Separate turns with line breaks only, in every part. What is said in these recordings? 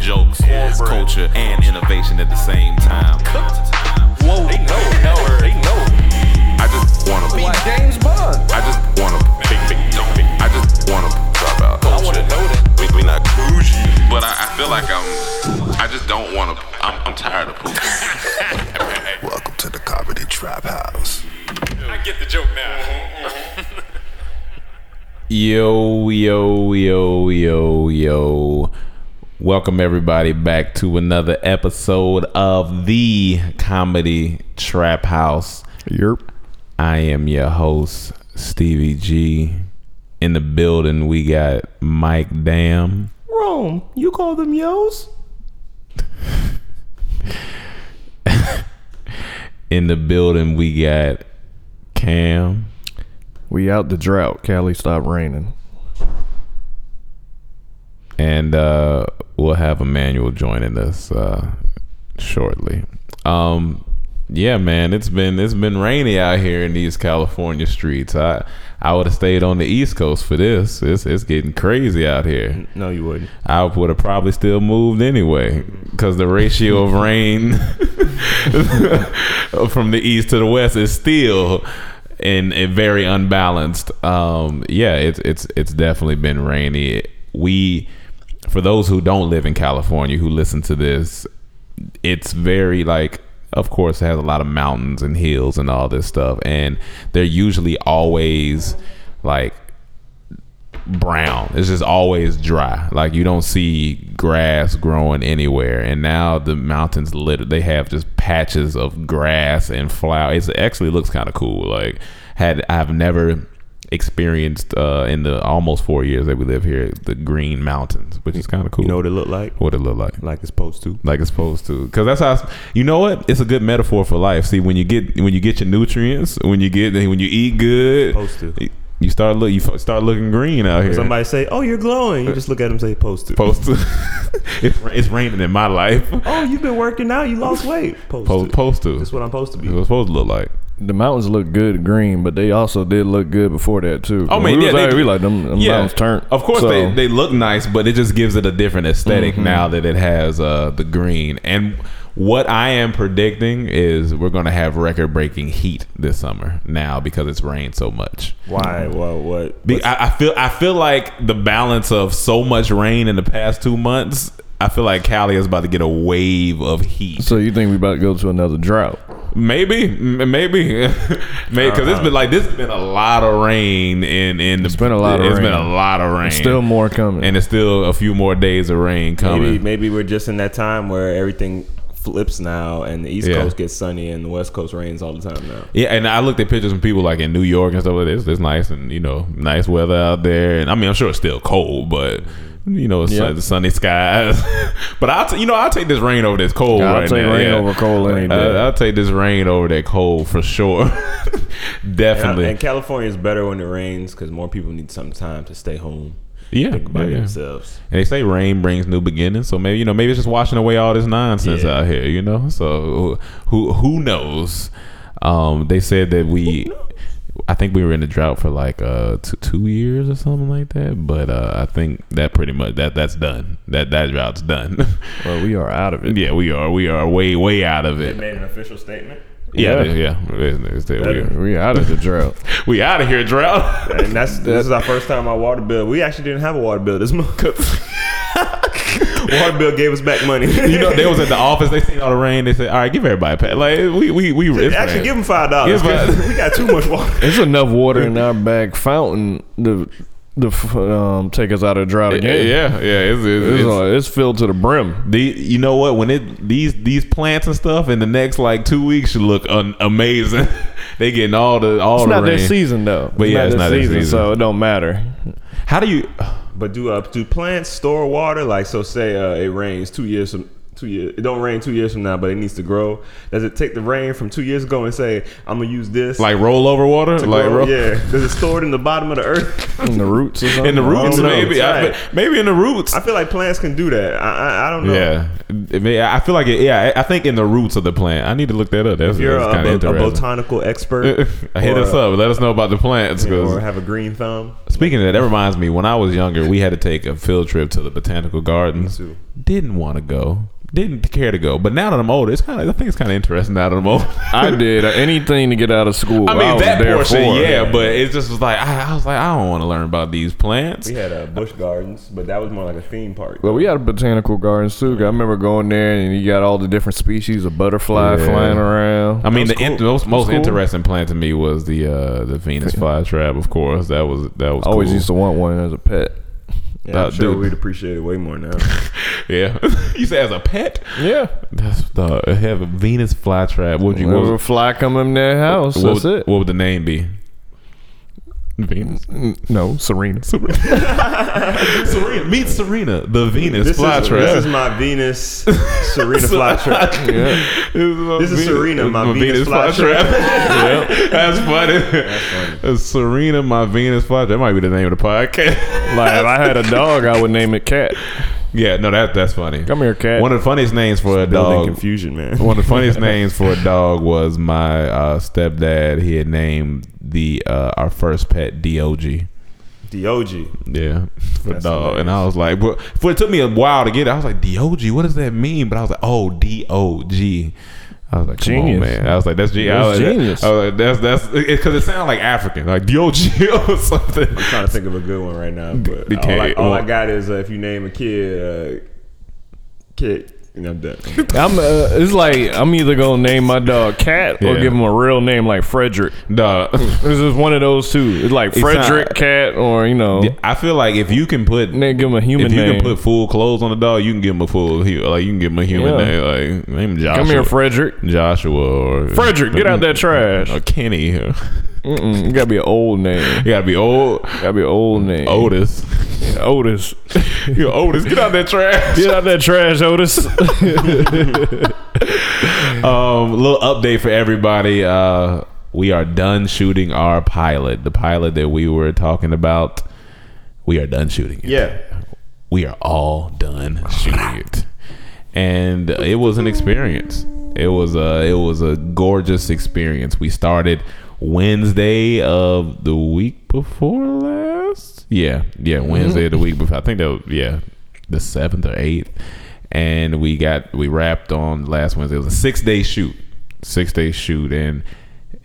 jokes, it's culture, and innovation at the same time.
Whoa. They know, know, they know.
I just wanna be.
Like James Bond.
I just wanna big, big, no, big. I just wanna drop out.
I wanna know that.
We, we not bougie, but I, I feel like I'm. I just don't wanna. I'm, I'm tired of pooping.
Welcome to the Comedy Trap House.
I get the joke now.
Yo, yo, yo, yo, yo. Welcome everybody back to another episode of the Comedy Trap House.
Yerp.
I am your host, Stevie G. In the building, we got Mike Dam. Rome, you call them yo's? In the building, we got Cam.
We out the drought. Cali, stop raining.
and uh, we'll have Emmanuel joining us uh, shortly. Um, yeah, man, it's been it's been rainy out here in these California streets. I I would have stayed on the East Coast for this. It's it's getting crazy out here.
No, you wouldn't.
I would have probably still moved anyway because the ratio of rain from the east to the west is still in, in very unbalanced. Um, yeah, it's it's it's definitely been rainy. We, for those who don't live in California who listen to this, it's very like of course it has a lot of mountains and hills and all this stuff and they're usually always like brown. It's just always dry. Like you don't see grass growing anywhere. And now the mountains lit. They have just patches of grass and flower. It's, it actually looks kind of cool. Like had I've never experienced uh, in the almost four years that we live here the green mountains, which is kind of cool.
You know what it looked like?
what it look like?
Like it's supposed to.
like it's supposed to because that's how it's- you know what it's a good metaphor for life see when you get when you get your nutrients when you get when you eat good
Supposed to.
you start look you f- start looking green out here
Somebody say, "Oh, you're glowing." You just look at them, and say, "Post to."
supposed to it's, ra- it's raining in my life
Oh, you've been working out. You lost weight. Post,
Po-
to.
supposed to
That's what I'm supposed to be.
it was supposed to look like
The mountains look good green, but they also did look good before that too.
Oh,
When
man,
we
yeah,
was
they
out here,
do.
we like them, them
yeah
mountains turned.
of course
So, Mm-hmm.
they, they look nice but it just gives it a different esthetic now that it has uh the green and what i am predicting is we're gonna have record breaking heat this summer now because it's rained so much
Why? What? What?
Be- I, I feel I feel like the balance of so much rain in the past two months. I feel like Cali is about to get a wave of heat.
So you think we about to go to another drought?
Maybe, m- maybe, maybe because it's been like this has been a lot of rain in in the. It's
Uh-huh. been a lot of
It's been
rain.
a lot of rain.
Still more coming.
and it's still a few more days of rain coming.
Maybe maybe we're just in that time where everything flips now, and the East
Yeah.
Coast gets sunny, and the West Coast rains all the time now.
Yeah, and I looked at pictures from people like in New York and stuff like this. It's nice and you know nice weather out there, and I mean I'm sure it's still cold, but you know it's
Yeah.
sun- sunny skies. but I'll t- you know I'll take this rain over this cold.
I'll
right
take
now,
rain
yeah.
over cold any day.
Uh, I'll take this rain over that cold for sure.
And,
Definitely.
and California is better when it rains because more people need some time to stay home
yeah,
by
yeah.
themselves.
And they say rain brings new beginnings, so maybe you know maybe it's just washing away all this nonsense
Yeah.
out here, you know. So who who knows? Um, they said that we, I think we were in a drought for like uh two, two years or something like that. But uh, I think that pretty much that that's done. That that drought's done.
well, we are out of it.
yeah, we are we are way way out of it.
Made an official statement,
Yeah,
Yeah.
yeah. It's- it's that we, are-
We out of the drought.
we out of here, drought.
and that's this is our first time our water bill. We actually didn't have a water bill this month. water bill gave us back money.
you know they was at the office. They seen all the rain. They said, "All right, give everybody a pat." Like we we we it's
Actually,
rain.
give them five dollars.
Give 'em-
We got too much water.
There's enough water in our back fountain to, to f- um, take us out of the drought
yeah,
again.
yeah, yeah. It's, it's,
It's,
it's-
uh, it's filled to the brim.
The, you know what? When it these these plants and stuff in the next like two weeks should look un- amazing. they getting all the all
It's
the
not
rain.
their season though.
But yeah, it's not their season.
so it don't matter.
How do you?
But do uh, do plants store water? Like so, say uh, it rains two years from two years. It don't rain two years from now, but it needs to grow. Does it take the rain from two years ago and say I'm gonna use this?
Like rollover water,
to
like
grow?
roll-
yeah. Does it stored in the bottom of the earth?
in the roots or something.
in the roots,
know.
maybe, I,
Right.
maybe in the roots.
I feel like plants can do that. I I, I don't know.
Yeah, It may- I feel like it, yeah. I I think in the roots of the plant. I need to look that up. That's,
If you're
kind
a,
of
bo- a
interesting.
botanical expert,
Hit
or-
us up. Let us know about the plants.
you know,
'cause-
or have a green thumb.
Speaking of that, that reminds me. When I was younger, we had to take a field trip to the botanical gardens.
too.
Didn't want to go. Didn't care to go. But now that I'm older, it's kind of. I think it's kind of interesting. Now that I'm older,
I did anything to get out of school.
I mean
was
that
there
portion,
for it.
yeah. But it just was like I, I was like I don't want to learn about these plants.
We had uh, bush gardens, but that was more like a theme park.
Well, we had a botanical garden too. 'cause I remember going there and you got all the different species of butterfly
Yeah.
flying around.
I mean, the
was
in,
cool.
most, most
cool.
interesting plant to me was the uh, the Venus flytrap. Of course, that was that was
I always
cool.
used to want one as a pet.
Yeah, I'm
uh,
sure
dude.
we'd appreciate it way more now.
yeah. you said as a pet,
Yeah,
that's the have a Venus flytrap. Would you? What,
whenever a
was-
fly come in their house,
what,
that's
would-
it.
what would the name be? Venus.
no, Serena.
Serena, meet Serena, the Venus
This is,
flytrap.
this is my Venus Serena flytrap.
Yeah.
This is Serena, my Venus flytrap.
yeah, that's funny. Uh, Serena, my Venus flytrap. That might be the name of the podcast.
Like if I had a dog, I would name it Cat.
yeah, no, that that's funny.
Come here, cat.
One of the funniest names for a
Building
dog.
confusion, man.
One of the funniest names for a dog was my uh, stepdad. He had named the uh, our first pet Dog.
Dog.
Yeah, for
That's
dog.
hilarious.
And I was like, but for it took me a while to get it. I was like, Dog, what does that mean? But I was like, oh, D O G. I was like, come on,
Genius.
man. I was like, that's, G- I
That's
was,
genius.
I was like, that's that's because it, sounded like African, like Dog or something.
trying to think of a good one right now, but
D-
all, I,
DK,
all I
well-
got is uh, if you name a kid, uh, kid, and I'm done.
I'm. Uh, it's like I'm either gonna name my dog Cat or
Yeah.
give him a real name like Frederick.
Dog.
It's just one of those two. It's like
It's not-
Frederick Cat or you know,
I feel like if you can put
and then give him a human
if you
name.
can put full clothes on a dog, you can give him a full hu- like you can give him a human
Yeah.
name, like name him Joshua.
Come here, Frederick.
Joshua or
Frederick, get out that trash.
Or Kenny. You
Mm-mm, it gotta be an old name.
gotta be old
Gotta be an old name.
Otis.
Otis.
You Otis, get out that trash.
Get out that trash, Otis.
Um, little update for everybody. Uh, we are done shooting our pilot. The pilot that we were talking about, we are done shooting it.
Yeah,
we are all done shooting it, and it was an experience. It was a it was a gorgeous experience. We started Wednesday of the week before last. Yeah, yeah, Wednesday of the week before. I think that was, yeah, the seventh or eighth, and we got we wrapped on last Wednesday. It was a six day shoot, six day shoot, and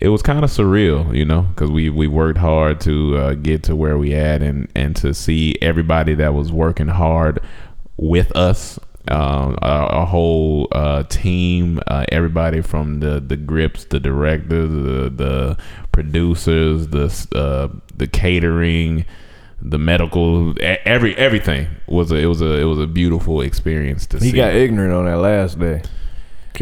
it was kind of surreal, you know, because we we worked hard to uh, get to where we at, and and to see everybody that was working hard with us, um, our, our whole uh, team, uh, everybody from the the grips, the directors, the, the producers, the uh, the catering, the medical, e- every everything was a, it was a it was a beautiful experience to
he
see.
got ignorant on that last day.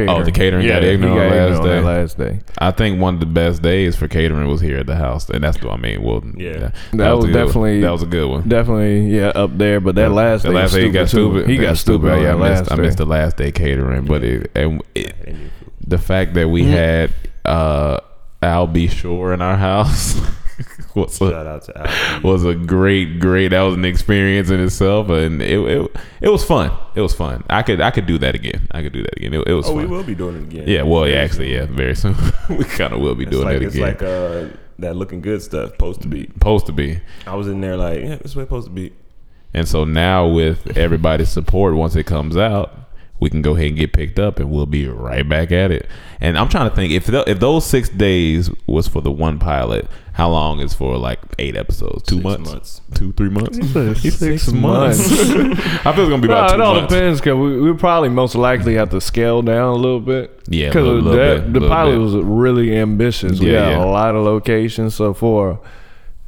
Oh, the catering got
he
ignorant on last
that
day.
last day.
I think one of the best days for catering was here at the house, and that's what I mean. Well,
Yeah.
That was
a good one.
definitely-
that was a good one.
Definitely, yeah, up there. But that last
the
day,
last
was
day he got
too.
stupid.
He got stupid. on
Yeah, I
that
missed, I
last
missed
day.
the last day catering, but it, and it, the fact that we had uh, Al B. Shore in our house was
shout
a,
out to Al.
was a great, great. That was an experience in itself, and it, it it was fun. It was fun. I could I could do that again. I could do that again. It, it was
Oh,
fun.
we will be doing it again.
Yeah, well, yeah,
Very
actually, yeah,
soon.
very soon. we kind of will be
It's
doing
like,
that
it's
again.
like uh, that looking good stuff. Supposed to be.
Supposed to be.
I was in there like, yeah, this way supposed to be.
And so now with everybody's support, once it comes out, we can go ahead and get picked up, and we'll be right back at it. And I'm trying to think if th if those six days was for the one pilot, how long is for like eight episodes? Two
Six
months?
months.
Two three months?
Six
I feel it's gonna be
No,
about
it
two
all
months.
depends because we, we probably most likely have to scale down a little bit.
Yeah,
because
little- little bit,
the
little
pilot
bit.
was really ambitious. We
Yeah,
got
yeah.
a lot of locations, so for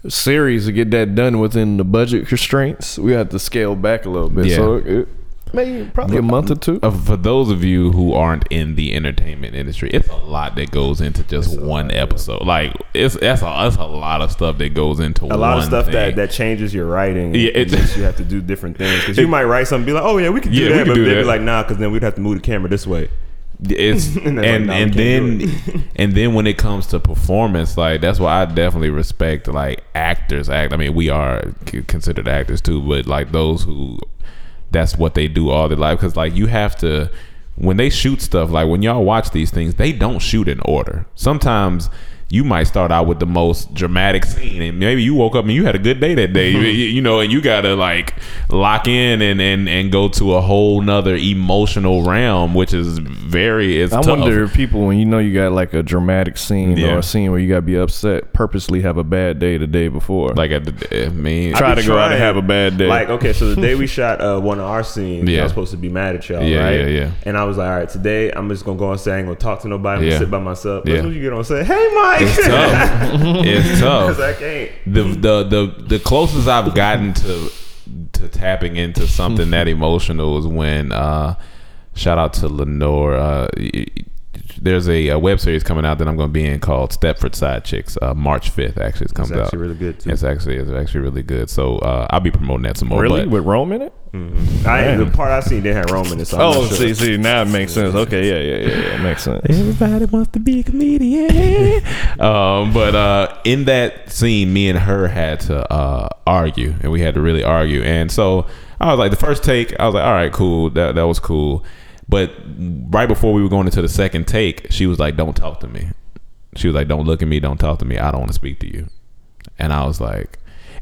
a series to get that done within the budget constraints, we have to scale back a little bit.
Yeah.
So it, Maybe probably a month or two.
Uh, for those of you who aren't in the entertainment industry, it's a lot that goes into just one episode. Like it's that's a that's a lot of stuff that goes into
a lot of
one
stuff that,
thing.
that changes your writing.
Yeah,
Yeah,
it-
it, just you have to do different things because you
It-
might write something, be like, "Oh yeah, we could do
Yeah, we
that,"
could
but
do
they'd
that.
be like, "Nah," because then we'd have to move the camera this way.
it's and
And they're
and,
like, "No, we can't do
then and then when it comes to performance like that's why i definitely respect like actors act i mean we are c- considered actors too but like those who that's what they do all their life because like you have to when they shoot stuff like when y'all watch these things they don't shoot in order sometimes you might start out with the most dramatic scene and maybe you woke up and you had a good day that day you, you know and you gotta like lock in and and and go to a whole nother emotional realm which is very it's
I
tough.
wonder if people, when you know you got like a dramatic scene
Yeah.
or a scene where you got to be upset, purposely have a bad day the day before.
like at the, eh, I mean
Try
I'd be
to go out and
trying-
have a bad day.
Like, okay, so the day we shot uh, one of our scenes, I
Yeah.
was supposed to be mad at y'all,
Yeah,
right?
yeah, yeah.
And I was like, all right, today I'm just gonna go on set. I ain't gonna talk to nobody. I'm
Yeah.
gonna sit by myself.
Yeah.
That's when you get on set. Hey, Mike.
it's tough it's tough
'Cause I can't.
the the the the closest I've gotten to to tapping into something that emotional is when uh shout out to Lenore uh y- y- there's a, uh web series coming out that I'm going to be in called Stepford Side Chicks uh March 5th actually it comes
actually
out
really good, too.
it's actually it's actually really good so uh I'll be promoting that some more
really?
but-
With Rome in it?
I, the part I seen didn't have Roman. in it, So I'm
Oh,
not sure.
see, see, now it makes sense. Okay, yeah, yeah, yeah, yeah, it makes sense.
Everybody wants to be a comedian. um, but uh, in that scene, me and her had to uh, argue, and we had to really argue. And so I was like, the first take, I was like, all right, cool, that that was cool. But right before we were going into the second take, she was like, don't talk to me. She was like, don't look at me, don't talk to me. I don't want to speak to you. And I was like,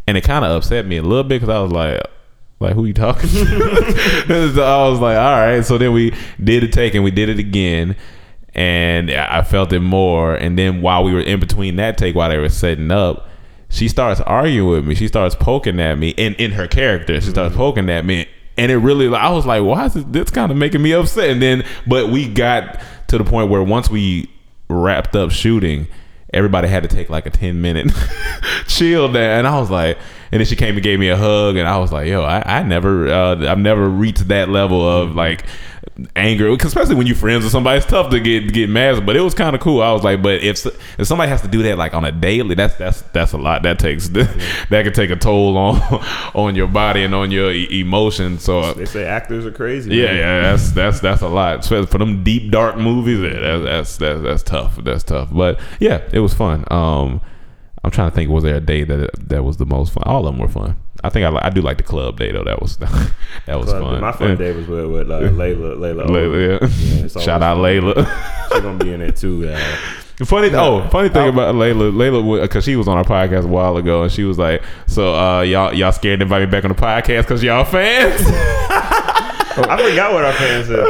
and it kind of upset me a little bit because I was like, like who you talking to? so I was like, all right. So then we did a take and we did it again, and I I felt it more. And then while we were in between that take, while they were setting up, she starts arguing with me. She starts poking at me, and in her character, she starts poking at me. And it really, I was like, why is this, this kind of making me upset? And then, but we got to the point where once we wrapped up shooting, everybody had to take like a 10 minute chill there. And I was like, and then she came and gave me a hug. And I was like, yo, I, I never, uh, I've never reached that level of like anger, 'Cause especially when you're friends with somebody. It's tough to get, get mad, but it was kind of cool. I was like, but if, s- if somebody has to do that like on a daily, that's, that's, that's a lot. That takes, that could take a toll on, on your body and on your e- emotions. So
They say actors are crazy.
yeah,
man.
yeah, that's that's that's a lot. Especially for them deep dark movies, yeah, that, that's that's that's tough. That's tough. But yeah, it was fun. Um, I'm trying to think. Was there a day that that was the most fun? All of them were fun. I think I, li- I do like the club day though. That was that was
But
fun.
My fun day was with, with uh, Layla. Layla.
Layla, yeah.
it's
Shout out Layla.
She's gonna be in it too. Uh,
Funny, oh, funny thing about Layla, Layla, because she was on our podcast a while ago, and she was like, "So uh, y'all, y'all scared to invite me back on the podcast because y'all fans."
I forgot what our fans said.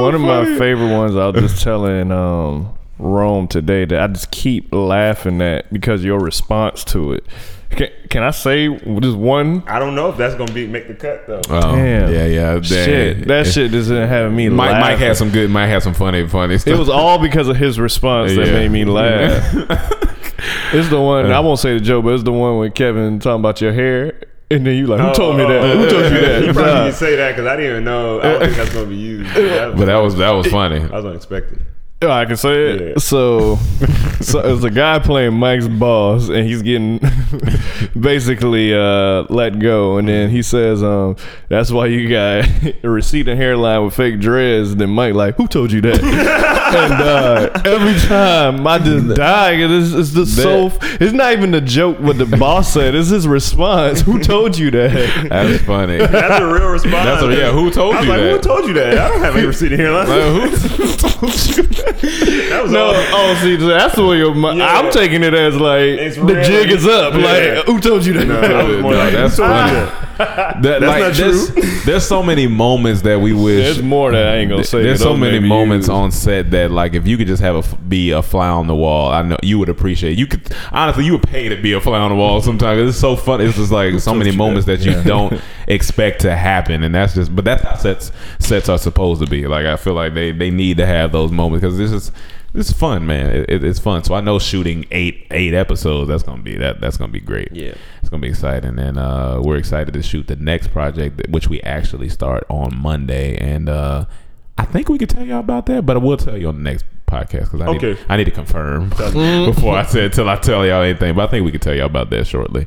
One of my favorite ones I was just telling um, Rome today that I just keep laughing at because your response to it. Can, can I say just one?
I don't know if that's gonna be make the cut though.
Oh,
Damn.
yeah, yeah, that-
Shit, that shit isn't having me
Mike,
laugh.
Mike had some good. Mike had some funny, funny stuff.
It was all because of his response that
Yeah.
made me laugh. it's the one I won't say the joke, but it's the one with Kevin talking about your hair, and then you like, who
Oh,
told me that? Who told you that?
You probably need to
Nah.
say that because I didn't even know. I don't think that's gonna be used. That
but that was that was funny.
I was unexpected.
Yeah, I can say it.
Yeah.
So, so it's a guy playing Mike's boss, and he's getting basically uh, let go. And then he says, um, "That's why you got a receding hairline with fake dreads." And then Mike like, "Who told you that?" and uh, every time I just die, and it's, it's just so. It's not even the joke what the boss said. It's his response. Who told you that?
That was funny.
That's a real response.
That's a, yeah. Who told
I was
you
like,
that?
who told you that? I don't have any receipt here. Like,
Like, who-
that was
No,
all.
oh, see, that's the way your mi-
Yeah.
I'm taking it as like
It's
the
real.
jig is up.
Yeah.
Like, who told you that?
I was more
No,
like,
that's
who told
funny.
you that?
That, like,
not
there's, there's so many moments that we wish.
There's more that I ain't gonna say.
There's
that
so
don't
many
make me
moments
use.
on set that like if you could just have a f- be a fly on the wall, I know you would appreciate. You could honestly, you would pay to be a fly on the wall sometimes. It's so fun. It's just like so many moments that you don't expect to happen, and that's just. But that's how sets sets are supposed to be. Like I feel like they they need to have those moments because this is It's fun, man. It, it- it's fun. So I know shooting eight eight episodes. That's gonna be that. That's gonna be great.
Yeah.
it's gonna be exciting, and uh, we're excited to shoot the next project, that- which we actually start on Monday. And uh, I think we could tell y'all about that, but I will tell you on the next podcast because I need
Okay.
I need to confirm before I said till I tell y'all anything. But I think we can tell y'all about that shortly.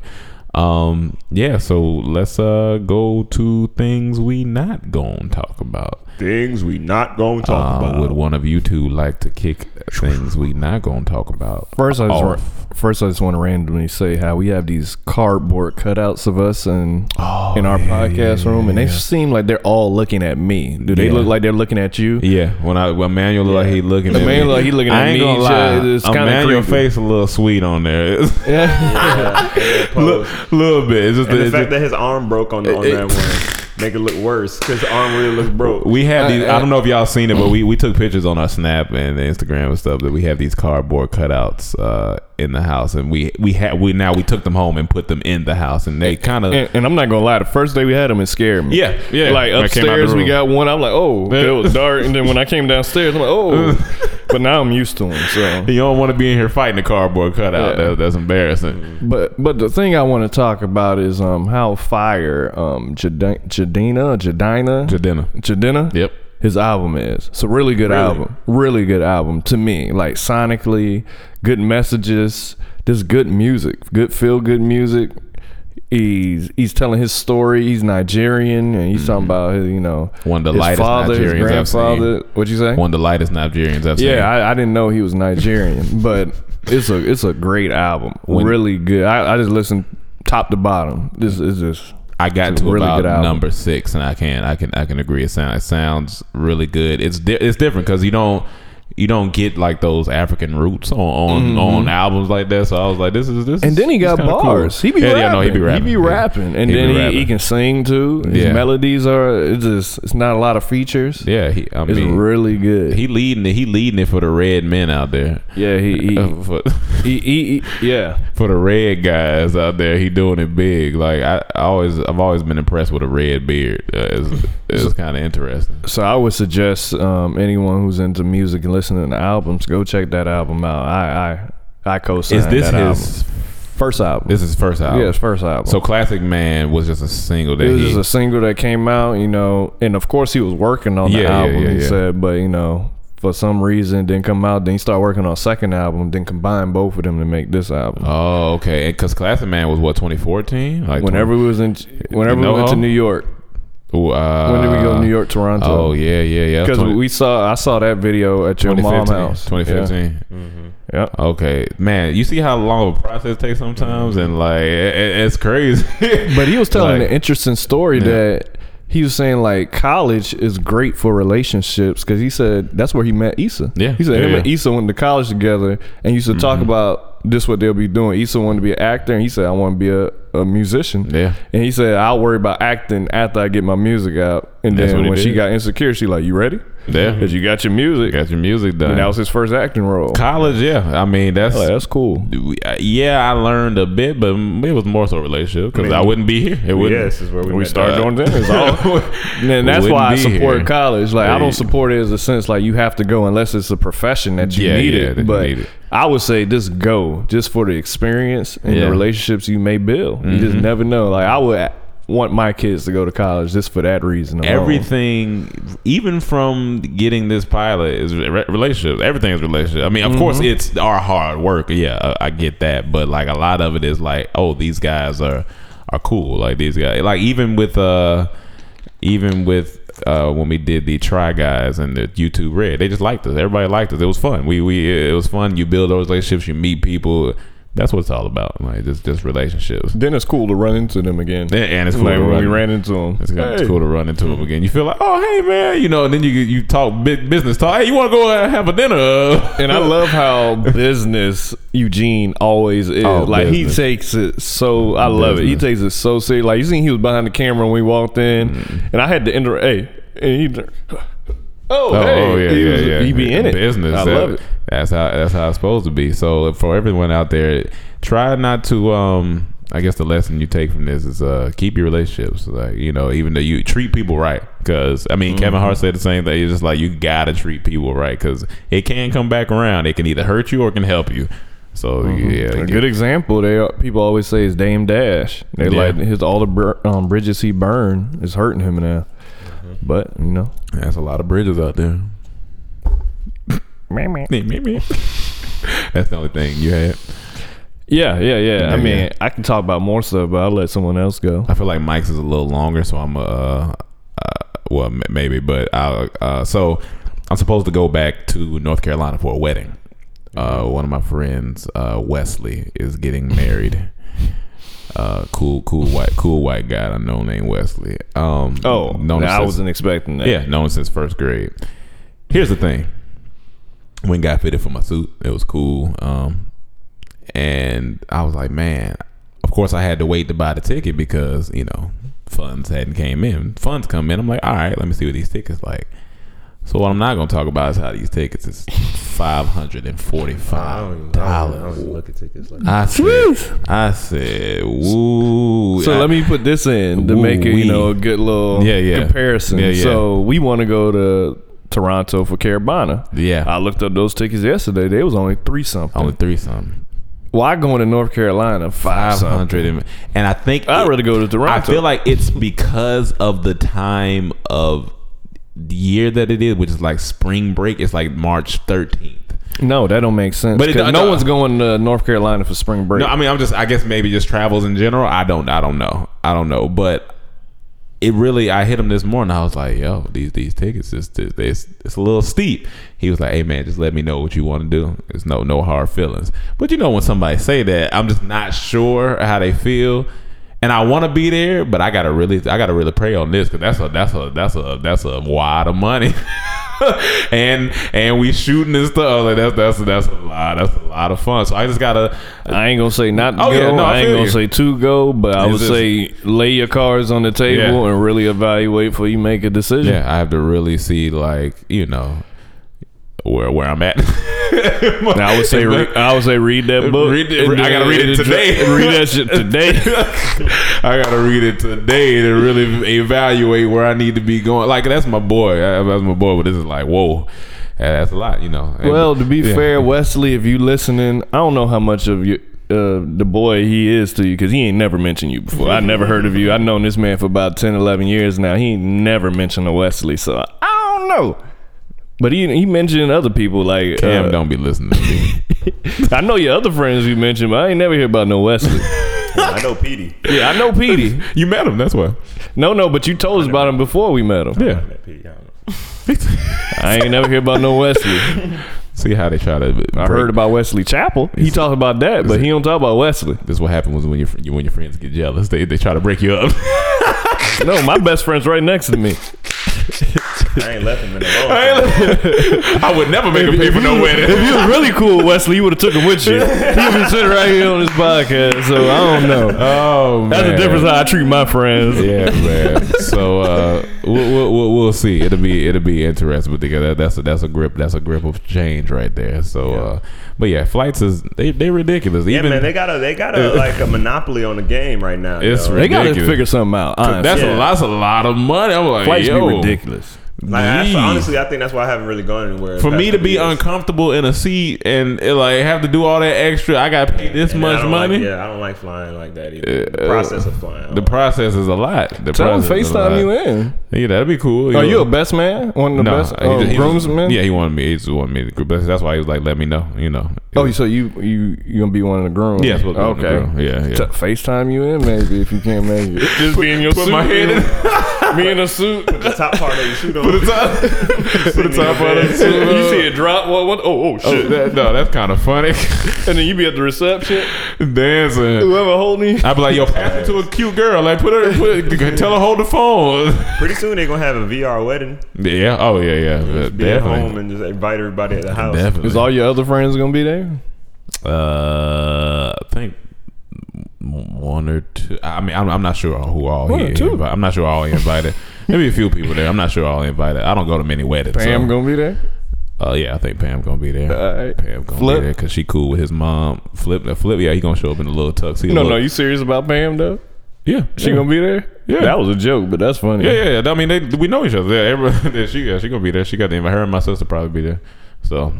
Um, yeah. So let's uh go to things we not gonna talk about.
Things we not gonna talk
Uh,
about.
would one of you two like to kick things we not gonna talk about?
First, I just
Or-
want, first I just want to randomly say how we have these cardboard cutouts of us and
Oh,
in our podcast room, and they seem like they're all looking at me. Do they
Yeah.
look like they're looking at you?
Yeah, when I when Manuel look like he looking at
Emmanuel
me,
look like he looking
I
at
ain't
me,
gonna
it's
lie.
just- it's kinda
Emmanuel
creepy.
face a little sweet on there, a
Look,
little bit. It's just
and the
it's
fact
just-
that his arm broke on, on
It-
that one make it look worse because his arm really looks broke.
we have these. I,
I-
don't know if y'all seen it, but we, we took pictures on our Snap and Instagram and stuff that we have these cardboard cutouts uh, in the house, and we we had we now we took them home and put them in the house, and they kind of
And, and I'm not gonna lie, the first day we had them, it scared me.
Yeah, yeah.
Like
When I came out the
upstairs, we
room.
got one. I'm like, oh,
Yeah.
it was dark, and then when I came downstairs, I'm like, oh. but now I'm used to them. So,
you don't want to be in here fighting a cardboard cutout.
Yeah.
That, that's embarrassing.
but but the thing I want to talk about is um how fire um Jadina Jadina Jadina
To dinner.
Jadina
Yep.
his album is. It's a really good album. Really good album to me. Like sonically, good messages, just good music, good feel good music. He's he's telling his story. He's Nigerian and he's talking about his, you know
Mm-hmm. One of the
his
lightest Nigerians I've
What'd you say?
One of the lightest Nigerians I've seen.
yeah, I, I didn't know he was Nigerian, but it's a it's a great album. really good. I, I just listened top to bottom. This is just
I got
It's a
to
really good
about
album.
number six, and I can I can I can agree. It sounds it sounds really good. It's di- it's different because you don't you don't get like those African roots on on, on albums like that. So I was like, this is this.
Mm-hmm. And
is-
then he
this
got
kinda cool.
bars. He be
yeah,
rapping.
yeah, no, he be rapping.
He be
Yeah.
rapping. And
He be
then he,
rapping.
he can sing too. His
Yeah.
melodies are it's just it's not a lot of features.
Yeah, he. I
It's
mean,
really good.
he leading it. He leading it for the red men out there.
yeah, he he,
Uh, for,
he, he, he yeah.
for the red guys out there, he doing it big. Like I, I always, I've always been impressed with a red beard. Uh, it's it's kind of interesting.
So I would suggest um, anyone who's into music and listening to albums, go check that album out. I I I co-signed
Is this
that
his?
album. first album?
This is his first album.
yeah, his first album.
So Classic Man was just a single that
it was
he
just a single that came out, you know, and of course he was working on the
Yeah, yeah,
album.
yeah,
he
yeah.
said, but you know, for some reason didn't come out. Then he started working on a second album. Then combined both of them to make this album.
Oh, okay. Because Classic Man was what 2014. Like
whenever we was in, whenever we went
NoHo?
to New York,
20 Ooh, uh,
when did we go to New York, Toronto?
Oh yeah, yeah, yeah.
because
20
we saw I saw that video at your mom's house.
2015.
Yeah. Mm-hmm. Yeah.
Okay, man. You see how long of a process takes sometimes, and like it, it- it's crazy.
But he was telling
Like-
an interesting story
Yeah.
that he was saying like college is great for relationships because he said that's where he met Issa.
Yeah.
he said
Yeah,
him
yeah. Mm-hmm.
and Issa went to college together and used to talk about this what they'll be doing. Issa wanted to be an actor and he said I want to be a, a musician.
Yeah.
and he said I'll worry about acting after I get my music out. And
That's
then
what he
when she
did.
got insecure, she like you ready?
Yeah.
because you got your music.
got your music done.
and that was his first acting role.
college. Yeah, I mean that's.
Like, that's cool.
we- uh, yeah, I learned a bit, but it was more so a relationship because I, wouldn't be here. It wouldn't.
yes, is where we,
We
met.
start
Uh,
doing that. It's all And that's
Wouldn't
why I
be
support
here.
college. Like I
Yeah.
don't support it as a sense like you have to go unless it's a profession that you
Yeah,
need
yeah, that you
it. But
need it.
I would say just go just for the experience and
Yeah. Mm-hmm.
the relationships you may build. You just never know. Like I would want my kids to go to college just for that reason. Alone.
everything even from getting this pilot is re- relationships everything is relationship i mean of course
Mm-hmm.
it's our hard work yeah I, I get that but like a lot of it is like oh these guys are are cool like these guys like even with uh even with uh, when we did the try guys and the YouTube red, they just liked us. Everybody liked us. It was fun. We we it was fun. You build those relationships. You meet people. That's what it's all about. Like just just relationships.
Then it's cool to run into them again.
And- And it's cool.
Like
to
when we
run-
ran into them.
it's gonna
Hey. Hmm.
it's cool to run into him again. You feel like, oh hey man, you know, and then you you talk big business talk. Hey, you want to go and have a dinner?
And I love how business Eugene always is.
Oh,
like
business.
he takes it so I love it. He takes it so serious. Like you seen he was behind the camera when we walked in, and I had to inter. Hey, and he. Mm. Oh,
Oh,
hey.
oh, yeah,
he
yeah,
was-
yeah.
He be in it.
Business.
I
that-
love it.
uh, That's how that's how it's supposed to be. So for everyone out there, try not to um I guess the lesson you take from this is uh, keep your relationships. Like you know, even though you treat people right, because I mean, Kevin
Mm-hmm.
Hart said the same thing. It's just like you gotta treat people right because it can come back around. It can either hurt you or it can help you. So yeah,
A
yeah.
good example they people always say is Dame Dash. They
Yeah.
like his all the bur- um, bridges he burned is hurting him now. But you know,
that's a lot of bridges out there. that's the only thing you had.
yeah, yeah, yeah.
Yeah,
I mean,
yeah.
I can talk about more stuff, but I'll let someone else go.
I feel like Mike's is a little longer, so I'm uh, uh well m- maybe, but I uh so I'm supposed to go back to North Carolina for a wedding. Uh, one of my friends, uh, Wesley, is getting married. Uh, cool, cool white, cool white guy. I know named Wesley. Um,
Oh, no,
known him
I
since-
wasn't expecting that.
yeah, known since first grade. Here's the thing. When got fitted for my suit, it was cool. Um, and I was like, man, of course I had to wait to buy the ticket because, you know, funds hadn't came in. Funds come in. I'm like, all right, let me see what these tickets like. So what I'm not gonna talk about is how these tickets is five hundred and forty five dollars.
look at tickets like
I said, I said, woo.
So
I-
let me put this in to make it,
Ooh-wee.
you know, a good little
Yeah, yeah.
comparison.
Yeah, yeah.
So we want to go to Toronto for Carabana.
Yeah.
I looked up those tickets yesterday. They was only three something.
only three something.
Why going to North Carolina? Five
Five
something.
hundred and and I think
I'd
it-
rather go to Toronto.
I feel like it's because of the time of the year that it is, which is like spring break. It's like March 13th.
no, that don't make sense.
But
But
it-
no
no.
one's going to North Carolina for spring break.
No, I mean, I'm just, I guess maybe just travels in general. I don't, I don't know. I don't know. But it really, I hit him this morning. I was like, yo, these, these tickets, it's, it's, it's a little steep. He was like, hey man, just let me know what you want to do. It's no, no hard feelings. But you know, when somebody say that, I'm just not sure how they feel. And I want to be there, but I gotta really, I gotta really pray on this because that's a, that's a, that's a, that's a wad of money. and and we shooting and stuff like that's that's that's a lot that's a lot of fun. So I just gotta
I ain't gonna say not to
Oh,
go.
yeah, no, I
I, ain't
feel
gonna
you.
say to go, but I
It's
would
just-
say lay your cards on the table
Yeah.
and really evaluate before you make a decision.
Yeah, I have to really see like you know where where I'm at.
Now, I would say re- I would say read that book.
Read it- I gotta read it today.
Read that shit today.
I gotta read it today to really evaluate where I need to be going. Like that's my boy. Uh, That's my boy. But this is like whoa, Yeah, that's a lot. You know. And-
Well, to be
yeah.
fair, Wesley, if you listening, I don't know how much of you. Uh, the boy he is to you because he ain't never mentioned you before. I never heard of you. I've known this man for about 10, 11 years now. He ain't never mentioned a Wesley, so I, I don't know. But he he mentioned other people like
Cam
uh,
don't be listening. To me.
I know your other friends you mentioned, but I ain't never hear about no Wesley.
I know Petey.
yeah, I know Petey.
you met him. That's why.
No, no, but you told us about him before we met him.
Yeah.
Petey, I don't know.
I ain't never hear about no Wesley.
See how they try to.
I heard about Wesley Chapel. He talked about that, but he don't talk about Wesley.
This is what happens when your fr- when your friends get jealous. They they try to break you up.
No, my best friend's right next to me.
I ain't left him in the long. time.
I would never make a people know where.
If you was really cool with Wesley, you would have took him with you. He would be sitting right here on this podcast. So I don't know.
Oh man.
Uh, That's the difference how I treat my friends.
yeah, man. So uh, we'll, we'll, we'll we'll see. It'll be it'll be interesting, but that, that's a that's a grip that's a grip of change right there. So, uh, but yeah, flights is they they ridiculous.
Yeah,
Even
man, they got a they got a like a monopoly on the game right now.
It's
yo.
They got to
Ridiculous.
figure something out. Honestly.
that's
Yeah.
a that's a lot of money. I'm like,
Flights be
yo,
ridiculous.
Like, that's-
geez.
honestly, I think that's why I haven't really gone anywhere.
For me to be uncomfortable in a seat and uh, like have to do all that extra, I got to pay this much money.
yeah, I don't like flying like that either. the process of flying.
The process is a lot. The
Tell him
process is a lot.
FaceTime you in.
Yeah, that'd be cool.
Are you a best man? One of the
No,
best
he
oh,
just- he
groomsmen?
just- Yeah, he wanted me. He just wanted me to group. That's that's why he was like, "Let me know." You know.
Oh, so you you you gonna be one of the grooms?
Yeah, supposed to be one
okay.
of the grooms. Yeah, yeah.
T- Facetime you in maybe if you can't make it. Just be in your
put my head in.
me in a suit.
the top part that you shoot on.
Put the uh, top on it.
you see it drop. What? what oh, oh shit!
That- no, that's kind of funny.
And then you be at the reception.
Dancing.
Whoever holding. you.
I'd be like, yo, pass it to a cute girl. Like, put her, put her tell her hold the phone.
Pretty soon they're gonna have a VR wedding.
yeah. Oh, yeah, yeah.
Just be at home
Definitely.
and just invite everybody at the house.
Definitely.
Is all your other friends gonna be there?
Uh, I think one or two. I mean, I'm, I'm not sure who all
One
he
or two.
invi- I'm not sure all he invited. Maybe a few people there. I'm not sure all invited. I don't go to many weddings.
Pam
so-
gonna be there.
Uh, yeah, I think Pam gonna be there.
All right.
Pam gonna
Uh, Flip?
be there because she cool with his mom. Flip, uh, Flip, yeah, he gonna show up in a little tuxedo.
No,
Look-
no, you serious about Pam though?
yeah,
She gonna be there?
Yeah.
That was a joke, but that's funny.
Yeah, yeah, yeah. I mean, they, we know each other. Yeah, everybody, yeah, she, yeah, she gonna be there. She got the invite. Her and my sister probably be there. So,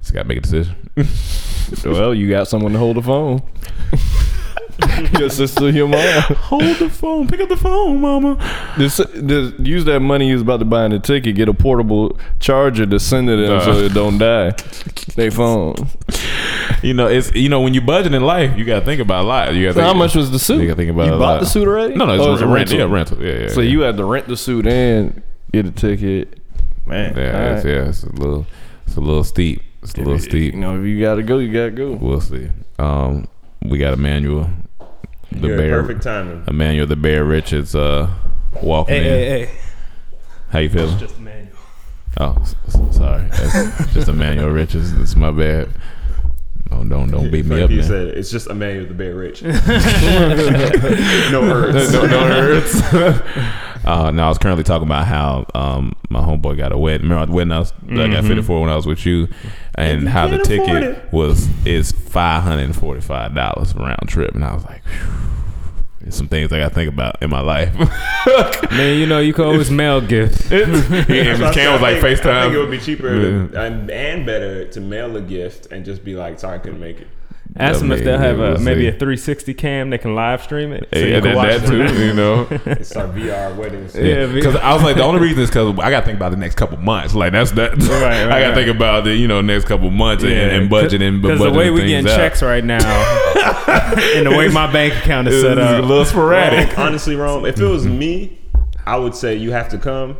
just gotta make a decision.
Well, you got someone to hold the phone. your sister, your mom.
Hold the phone. Pick up the phone, mama.
This, this, use that money you was about to buy in the ticket. Get a portable charger to send it in
Nah.
so it don't die. They phone.
You know, it's you know when you budget in life, you gotta think about a lot. You gotta
So
think,
how much was the suit?
You gotta think about
You
it a
bought
lot.
the suit already?
No, no, it's,
Oh,
a rental. Yeah, rental. Yeah, yeah.
So
yeah.
you had to rent the suit and get a ticket. Man,
Yeah, it's, yeah. It's a little, it's a little steep. It's a little steep.
You know, if you gotta go, you gotta go.
We'll see. Um, we got Emmanuel, the
You're at
bear.
perfect timing.
Emmanuel, the bear Richards, uh, walking
Hey,
in.
hey, hey.
How you feeling?
Just Emmanuel.
Oh, s- s- sorry. That's just Emmanuel Richards. It's my bad. Don't don't don't beat me
Like
up,
he
man.
said, it's just Emmanuel the Bear Rich. no hurts.
No, no hurts. uh, no, I was currently talking about how um, my homeboy got a wedding. Remember the wedding I, was, that I got fitted for when I was with you, and how the ticket was is five hundred and forty five dollars round trip, and I was like. Phew. There's some things I gotta think about in my life.
Man, you know, you can always mail gift.
and
So I
Cam was like
think- I think- I think it
FaceTime.
would be cheaper to- and, and better to mail a gift and just be like, sorry, I couldn't make it.
Ask them if
mean,
they'll have
we'll
a, maybe
see.
a 360 cam that can live stream it. so you
Yeah,
can watch
that, that
it.
too, you know.
It's our VR weddings.
Yeah, because I was like, the only reason is because I got to think about the next couple months. Like that's that. I
right,
got to
right.
think about the you know next couple months and, and budgeting.
Because the
budgeting
way we
things
getting
out.
checks right now, and the way my bank account is
It's
set
a
up,
little sporadic.
Honestly, Rome, if it was me, I would say you have to come.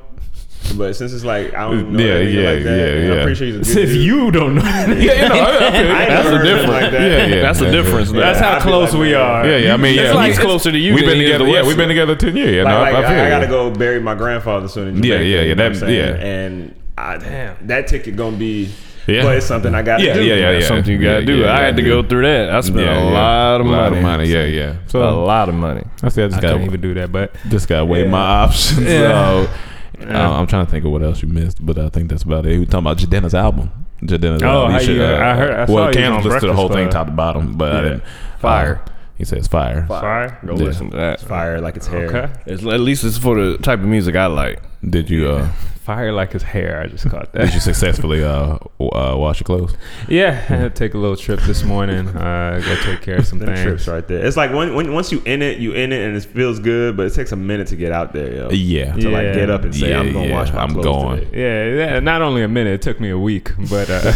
But since it's like I don't know
Yeah,
that nigga
yeah,
like that,
yeah,
and I'm
yeah.
pretty sure he's a good
since
dude.
you don't know, that.
yeah, you know, I- okay.
I
that's
ain't never
a
heard him
difference.
like that.
yeah, yeah,
That's the
yeah,
difference,
Yeah,
though.
that's how
I'd be
close
like,
we
man.
are.
yeah, yeah. I mean,
It's
yeah,
like-
we-
it's-
closer to you
We've
than
been
he is
together.
to
Yeah,
us.
we've been together ten years. Yeah,
Like,
no,
like,
I, I, feel
I, I
you.
gotta go bury my grandfather soon. In
Yeah,
Jamaica,
yeah, yeah,
You know
that-
what I'm saying?
yeah.
And I,
Damn.
that ticket gonna be.
Yeah.
But it's something I gotta
Yeah,
do.
yeah, yeah,
That's
yeah.
something you gotta
Yeah,
do.
yeah,
I had
yeah,
to go
yeah.
through that. I spent
Yeah,
a
yeah.
lot of
a lot
money.
of money. Yeah, yeah. So
A lot of money.
I said I just
I couldn't
got
even do that, but
just got to weigh my options.
Yeah.
So uh, I'm trying to think of what else you missed, but I think that's about it. We were talking about Jadena's album. Jadena's
Oh,
album.
how
You should,
you-
uh,
I heard- I saw
well,
you
Cam
on
listened to the whole
Breakfast
thing top
Club.
to bottom, but I didn't.
Fire.
uh, he says fire.
fire.
Go
Yeah.
listen to that.
Fire like it's hair.
Okay.
It's, at least it's for the type of music I like.
Did you uh,
Fire like his hair. I just caught
did
that.
you successfully uh, w- uh, wash your clothes?
yeah, I had to take a little trip this morning. Uh, go take care of some
Them
things.
trips right there. It's like when, when once you in it, you in it, and it feels good. But it takes a minute to get out there, yo.
Yeah.
To like
Yeah.
get up and say,
Yeah,
"I'm gonna
yeah,
wash my
I'm
clothes
going.
today."
Yeah, yeah, not only a minute, it took me a week, but uh,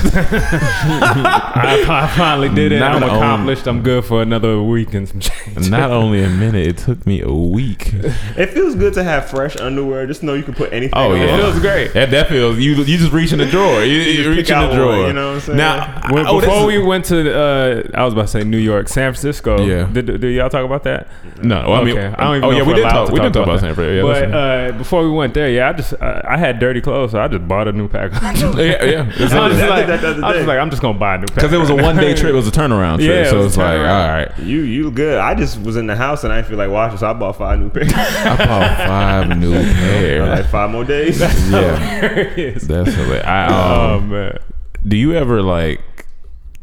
I, I finally did it.
Not
I'm
only-
accomplished. I'm good for another week and some change.
Not only a minute, it took me a week.
It feels good to have fresh underwear. Just know you can put anything.
Oh
on.
yeah,
It feels great.
That, that feels you. You just reach in the drawer. You, you,
pick
reach in
out
the
one,
drawer.
you know what I'm saying?
Now,
When-
oh, this
before
is-
we went to, uh, I was about to say New York, San Francisco.
Yeah.
Did, did y'all talk about that?
no, well, I mean,
okay. I don't even
oh
know
yeah,
if
we
we're
did
allowed
talk.
to
We did talk about San Fran. Yeah, that's
but
it.
uh, before we went there, yeah, I just I, I had dirty clothes, so I just bought a new pack. of underwear.
yeah, yeah. It's-
I
I
was just
did
like,
that the other
I was
day.
just like, I'm just gonna buy a new pack.
Because uh, it was a one day trip, it was a turnaround trip.
Yeah, it
so
was a
it's like, all
turnaround.
right.
You you good? I just was in the house and I didn't feel like washing, so I bought five new pairs.
I bought five new
like
pairs.
five more days.
Yeah,
Yes.
that's hilarious. I,
Oh
um,
man.
do you ever like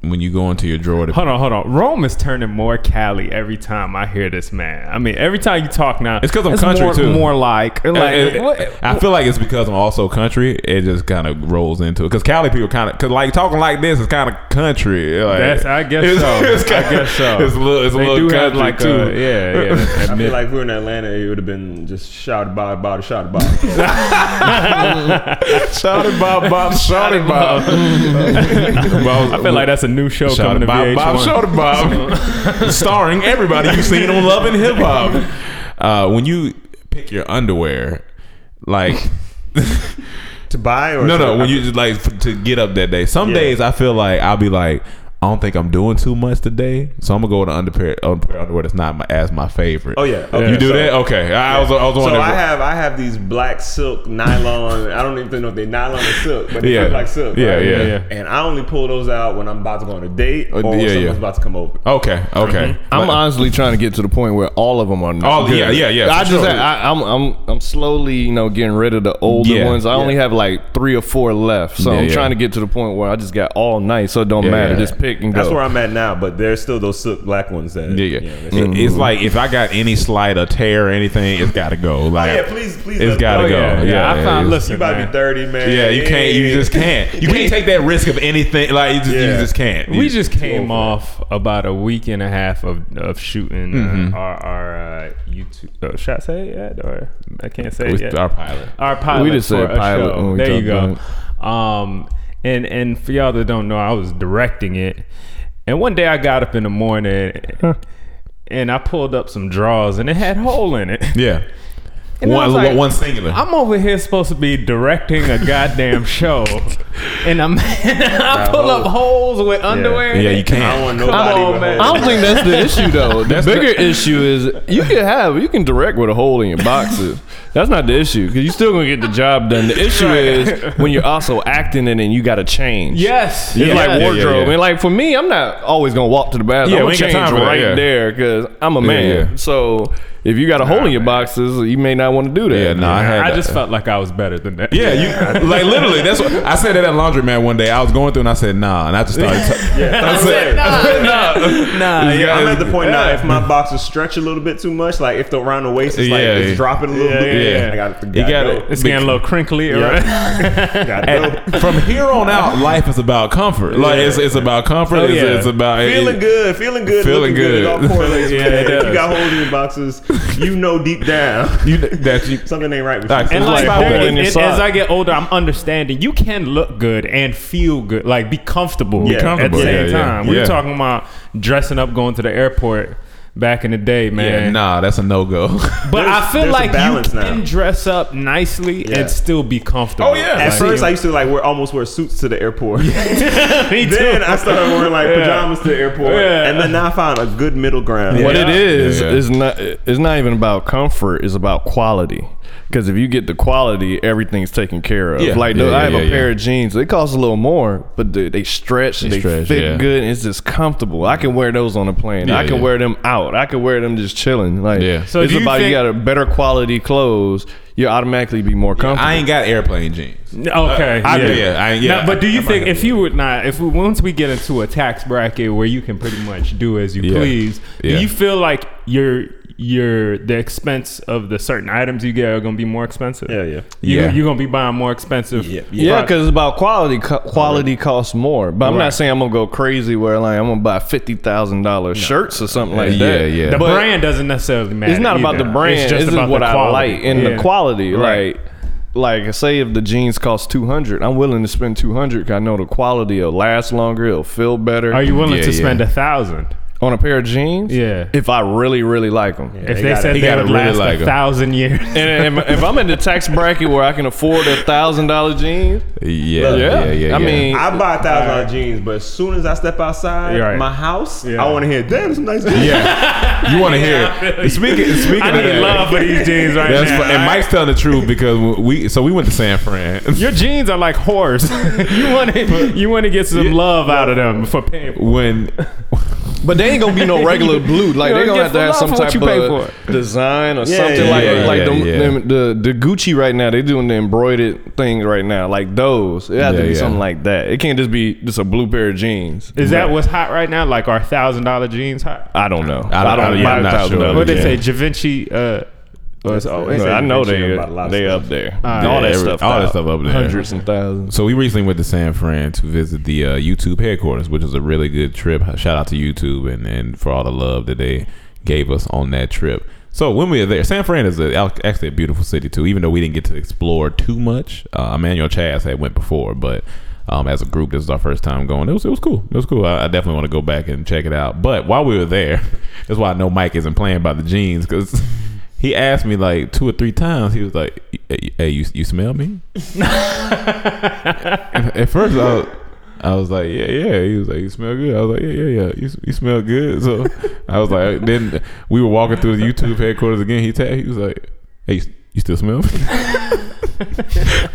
when you go into your drawer to
Hold on, hold on. Rome is turning more Cali every time I hear this man. I mean, every time you talk now,
It's 'cause I'm country,
more,
too.
More like, like
It- it-
what-
I feel like it's because I'm also country. It just kind of rolls into it because Cali people kind of because like talking like this is kind of country. Like,
That's- I guess
it's,
so.
It's
I
kind of,
guess so.
It's a little. It's a
they
little
do
country
have like
too.
a yeah, yeah.
I feel like if we were in Atlanta, it would have been just shouted Bob, Bob, shouted Bob.
Shouted Bob, Bob, shouted Bob.
I feel like that's a new show
Shout
coming to
out Bob, Bob,
VH1.
shout out Bob, starring everybody you've seen on Love and Hip Hop. Uh, when you pick your underwear, like
to buy or
no,
to-
no, when you just like f- to get up that day. Some
Yeah.
days I feel like I'll be like, I don't think I'm doing too much today, so I'm gonna go with an underpair, underpair underwear that's not my, as my favorite.
Oh, yeah. Okay.
you do
So-
that? Okay, I, I was I was
So
wondering.
I have I have these black silk nylon. I don't even know if they nylon or silk, but they
Yeah.
look like silk.
Yeah,
right?
yeah, yeah.
And I only pull those out when I'm about to go on a date or
yeah,
when
yeah.
someone's about to come over.
okay, okay.
I'm
Like-
honestly trying to get to the point where all of them are.
All-
good.
yeah, yeah, yeah,
I
for
just,
sure.
I, I'm, I'm, I'm slowly, you know, getting rid of the older
Yeah,
ones. I only have like three or four left, so
Yeah,
I'm
yeah.
trying to get to the point where I just got all night, so it don't
Yeah,
matter.
yeah.
Just pick and go.
That's where I'm at now, but there's still those silk black ones that.
Yeah, yeah.
you know,
It-
that's-
It's like if I got any slight or tear or anything, it's gotta go. Like,
yeah, please- please let
it's
it
gotta
go.
go.
yeah,
Yeah,
yeah, I found.
it's-
Listen,
you about to
man.
be 30, man.
Yeah, you can't. You just can't. You can't take that risk of anything. Like you just, you
Yeah.
just can't.
We
You-
just came off about a week and a half of, of shooting
Mm-hmm.
uh, our, our uh, YouTube. Uh, should I say it yet? Or I can't say it
It's
yet.
our pilot.
Our pilot.
We just
for
said
a
pilot
show.
when we
there you
talked
go. Um, and and for y'all that don't know, I was directing it. And one day I got up in the morning. And I pulled up some drawers, and it had hole in it.
Yeah.
And I
One,
was like,
one singular.
I'm over here supposed to be directing a goddamn show, and I'm I pull up holes with underwear.
yeah, you
I
can't.
don't want nobody.
on,
with
man.
holes.
I don't think that's the issue though. The bigger issue is you can have you can direct with a hole in your boxes. That's not the issue because you're still gonna get the job done. The issue is when you're also acting in it and you got to change.
Yes.
It's
Yeah, yeah,
like
yeah,
wardrobe.
yeah.
And like for me, I'm not always gonna walk to the bathroom.
Yeah,
I'm
we
gonna
ain't got time
change
for that,
right
yeah.
there because I'm a man.
yeah.
So if you got a hole in your boxes, you may not want to do that.
Yeah, nah, I had.
I
that.
just felt like I was better than that.
Yeah, you like literally. That's what I said at that laundromat one day. I was going through and I said nah, and I just started. T- yeah, I said nah, nah.
Yeah, I'm at the point now. If my boxes stretch a little bit too much, like if the around the waist is like
Yeah,
it's
yeah.
dropping a little
Yeah,
bit,
yeah, yeah.
I got to
You gotta-
It's getting a little crinkly, right?
gotta go.
From here on out, life is about comfort. Like it's, it's about comfort. it's,
yeah.
it's about
Feeling good, feeling good,
Feeling
looking good. It
good.
all correlates.
Yeah,
man.
it
if
does.
you got holes in your boxes, you know deep down
You that you
something ain't right with
Facts.
you.
And
It's
like,
like
there-
holding
and-
your
and
sock.
as I get older, I'm understanding you can look good and feel good, like be comfortable,
Be
at the
comfortable,
same
yeah, yeah.
time. We're
Yeah.
talking about dressing up, going to the airport back in the day, man.
yeah, nah, that's a no go.
But I
There's-
feel
there's a
like
balance
you
now.
can dress up nicely
Yeah.
and still be comfortable.
Oh, yeah.
At
Like-
first, I used to like wear almost wear suits to the airport.
Me too.
then I started wearing like pajamas to the airport,
Yeah.
and then I found a good middle ground.
What it is
Yeah.
is not it's not even about comfort. It's about quality. Because if you get the quality, everything's taken care of.
Yeah.
Like
Yeah,
though, I
yeah,
have a
yeah,
pair
yeah.
of jeans. They cost a little more, but they, they stretch. They,
stretch,
fit
yeah.
good. And it's just comfortable. I can wear those on a plane.
Yeah,
I can
yeah.
wear them out. I can wear them just chilling. Like
Yeah.
so
So
it's
do you
about you
think-
got a better quality clothes. You automatically be more comfortable.
I ain't got airplane jeans.
Uh, Okay.
Uh, I- yeah, I- yeah,
Now, but do
I-
you
I might
think
have
if you would not, if we, once we get into a tax bracket where you can pretty much do as you
Yeah.
please,
Yeah.
do you feel like your your the expense of the certain items you get are going to be more expensive?
Yeah, yeah.
You,
Yeah.
You're going to be buying more expensive.
Yeah,
Yeah,
products.
because it's about quality. Co- Quality costs more, but I'm not
Right.
saying I'm gonna go crazy where like I'm gonna buy fifty thousand dollars shirts or something like
Yeah,
that.
yeah.
the
But
brand doesn't necessarily matter.
It's not about
either.
the brand. It's
just
this
about
is what
the
I
quality.
like and
Yeah.
the quality.
Right.
Like, like say if the jeans cost two hundred, I'm willing to spend two hundred because I know the quality will last longer. It'll feel better.
Are you willing
Yeah,
to
yeah.
spend a thousand?
on a pair of jeans?
Yeah.
If I really, really like them.
If
he
they
gotta-
said
he
they
gotta
would
really
last
like
a
'em.
thousand years.
And if, if I'm in the tax bracket where I can afford a thousand dollar jeans,
Yeah, yeah,
yeah,
yeah. yeah
I mean,
I buy a thousand dollar jeans, but as soon as I step outside
Right.
my house,
Yeah.
I want to hear, damn, some nice jeans.
yeah. You want to hear? it. Speaking, speaking
I
of
need
that,
love for these jeans right
That's
now.
fu- and Mike's telling the truth because we so we went to San Fran.
Your jeans are like whores. you want to you want to get some love out of them for paying.
when
But they ain't gonna be no regular blue. Like
You
they
don't
gonna
get
have to have
for love
some
for what
type
you pay
of design or
Yeah,
something
yeah,
like
yeah,
like
yeah,
them-
yeah.
them- the the Gucci right now. They doing the embroidered thing right now. Like those, it has to
Yeah,
be
yeah.
something like that. It can't just be just a blue pair of jeans.
Is that what's hot right now? Like our thousand dollar jeans hot?
I don't know.
I don't- yeah, I'm not
$1,000
sure.
What they
yeah.
say, Givenchy. Uh,
That's-
But I know they
about a lot of
they
stuff.
up there.
yeah,
all that
every-
stuff.
all that
out.
stuff up there.
Hundreds and thousands.
so we recently went to San Fran to visit the uh, YouTube headquarters, which was a really good trip. Shout out to YouTube and and for all the love that they gave us on that trip. So when we were there, San Fran is a, al- actually a beautiful city too. Even though we didn't get to explore too much, uh, Emmanuel Chaz had went before, but um, as a group, this is our first time going. It was it was cool. It was cool. I, I definitely want to go back and check it out. But while we were there, that's why I know Mike isn't playing by the jeans because he asked me like two or three times. He was like, "Hey, you, you smell me?" At first, I was, I was like, yeah, yeah. He was like, you smell good. I was like, yeah, yeah, yeah. You, you smell good. So I was like, then we were walking through the YouTube headquarters again. He tapped. He was like, hey, you, you still smell? me?"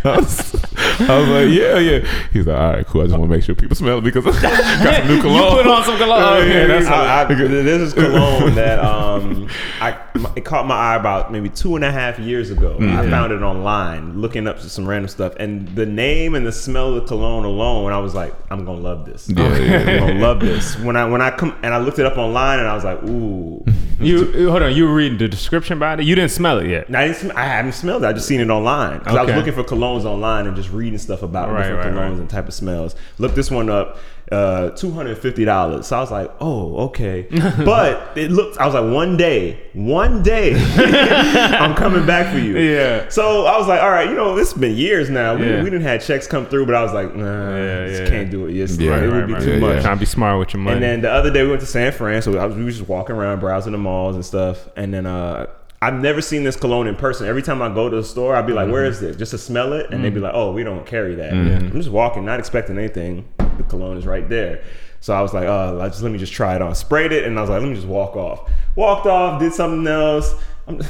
I, was, I was like, yeah, yeah. He's like, all right, cool. I just want to make sure people smell it because I got some new cologne.
put on some cologne.
Oh,
Yeah, yeah,
Okay,
that's how-
I, I, this is cologne that um, I it caught my eye about maybe two and a half years ago.
Mm.
I found it online, looking up some random stuff, and the name and the smell of the cologne alone, I was like, I'm gonna love this.
Yeah, yeah,
I'm gonna love this. When I when I come and I looked it up online, and I was like, ooh.
You you- hold on. You were reading the description about it. You didn't smell it yet.
And I, didn't sm- I haven't smelled it. I just seen it online 'Cause I
Okay.
was looking for colognes online and just reading stuff about
Right,
different
right,
colognes
right.
and type of smells. Looked this one up, uh, two hundred fifty dollars. So I was like, oh, okay. but it looked. I was like, one day, one day, I'm coming back for you.
Yeah.
So I was like, all right, you know, it's been years now. We,
Yeah.
we didn't had checks come through, but I was like, nah,
Yeah,
just
yeah.
can't do it. Yes,
Yeah,
it
right,
would be
right,
too
yeah,
much.
yeah.
Trying to be smart with your money.
And then the other day we went to San Fran, so I was, we was just walking around, browsing the malls and stuff. And then uh, I've never seen this cologne in person. Every time I go to the store, I'd be like,
Mm-hmm.
"Where is this?" Just to smell it, and they'd be
Mm.
like, "Oh, we don't carry that." I'm just walking, not expecting anything. The cologne is right there. So I was like, "Uh, I just let me just try it on." Sprayed it, and I was like, "Let me just walk off." Walked off, did something else. I'm,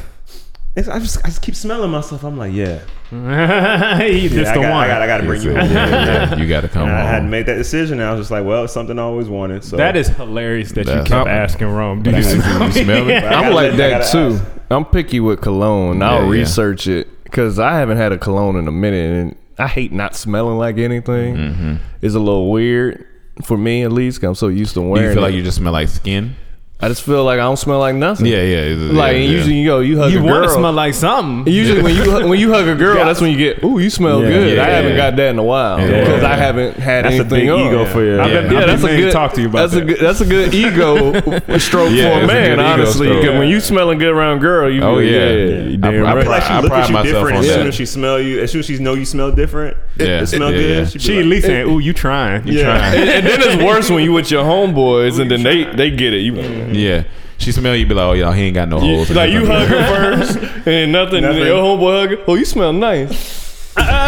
it's, I just I just keep smelling myself. I'm like, "Yeah,
He
yeah,
just
I
the
got,
one.
I got, I got to bring
He
you."
said,
home.
yeah, yeah, yeah, you got to come
And I had
home.
made that decision, and I was just like, "Well, it's something I always wanted." So
that is hilarious that you
That's-
kept asking Rome. Do
You
you
see-
smell
you
me?
smell me?
I
I'm
gotta
like
let- I
that
gotta
too.
ask.
I'm picky with cologne. I'll
yeah.
research it because I haven't had a cologne in a minute, and I hate not smelling like anything. It's a little weird for me, at least. 'cause I'm so used to
Do
wearing.
you feel like
it.
you just smell like skin?
I just feel like I don't smell like nothing.
Yeah, yeah. it's-
Like
yeah, yeah.
usually you go, you hug
You
a
want
girl.
to smell like something.
Usually when you when you hug a girl, that's when you get, ooh, you smell
Yeah.
good.
Yeah,
I haven't
yeah.
got that in a while
Yeah.
because I haven't had
That's a
anything
big
on.
ego for you.
I've been,
Yeah,
I've
that's a
been meaning
good
to talk to you about
that's
that.
a good that's a good ego
Yeah,
stroke for a
it's a good
man.
ego
honestly,
stroke.
'Cause when you smelling good around girl, you
Oh,
be like,
yeah.
you
I-
damn
I-
right.
feel like she
I
look
pride
at you
myself
different
on
as
that.
soon as she smell you. As soon as she know you smell different,
Yeah.
it smell
Yeah,
good.
yeah.
She, be
She at
like,
least saying, "Ooh, you trying? You
Yeah.
Trying.
and, and then it's worse when you with your homeboys and then they they get it. You,
Yeah. She smell you be like, oh y'all, he ain't got no
you-
holes. in
like
his
you hug
underwear.
her first and nothing, and
Nothing.
your homeboy hug. her, Oh, you smell nice.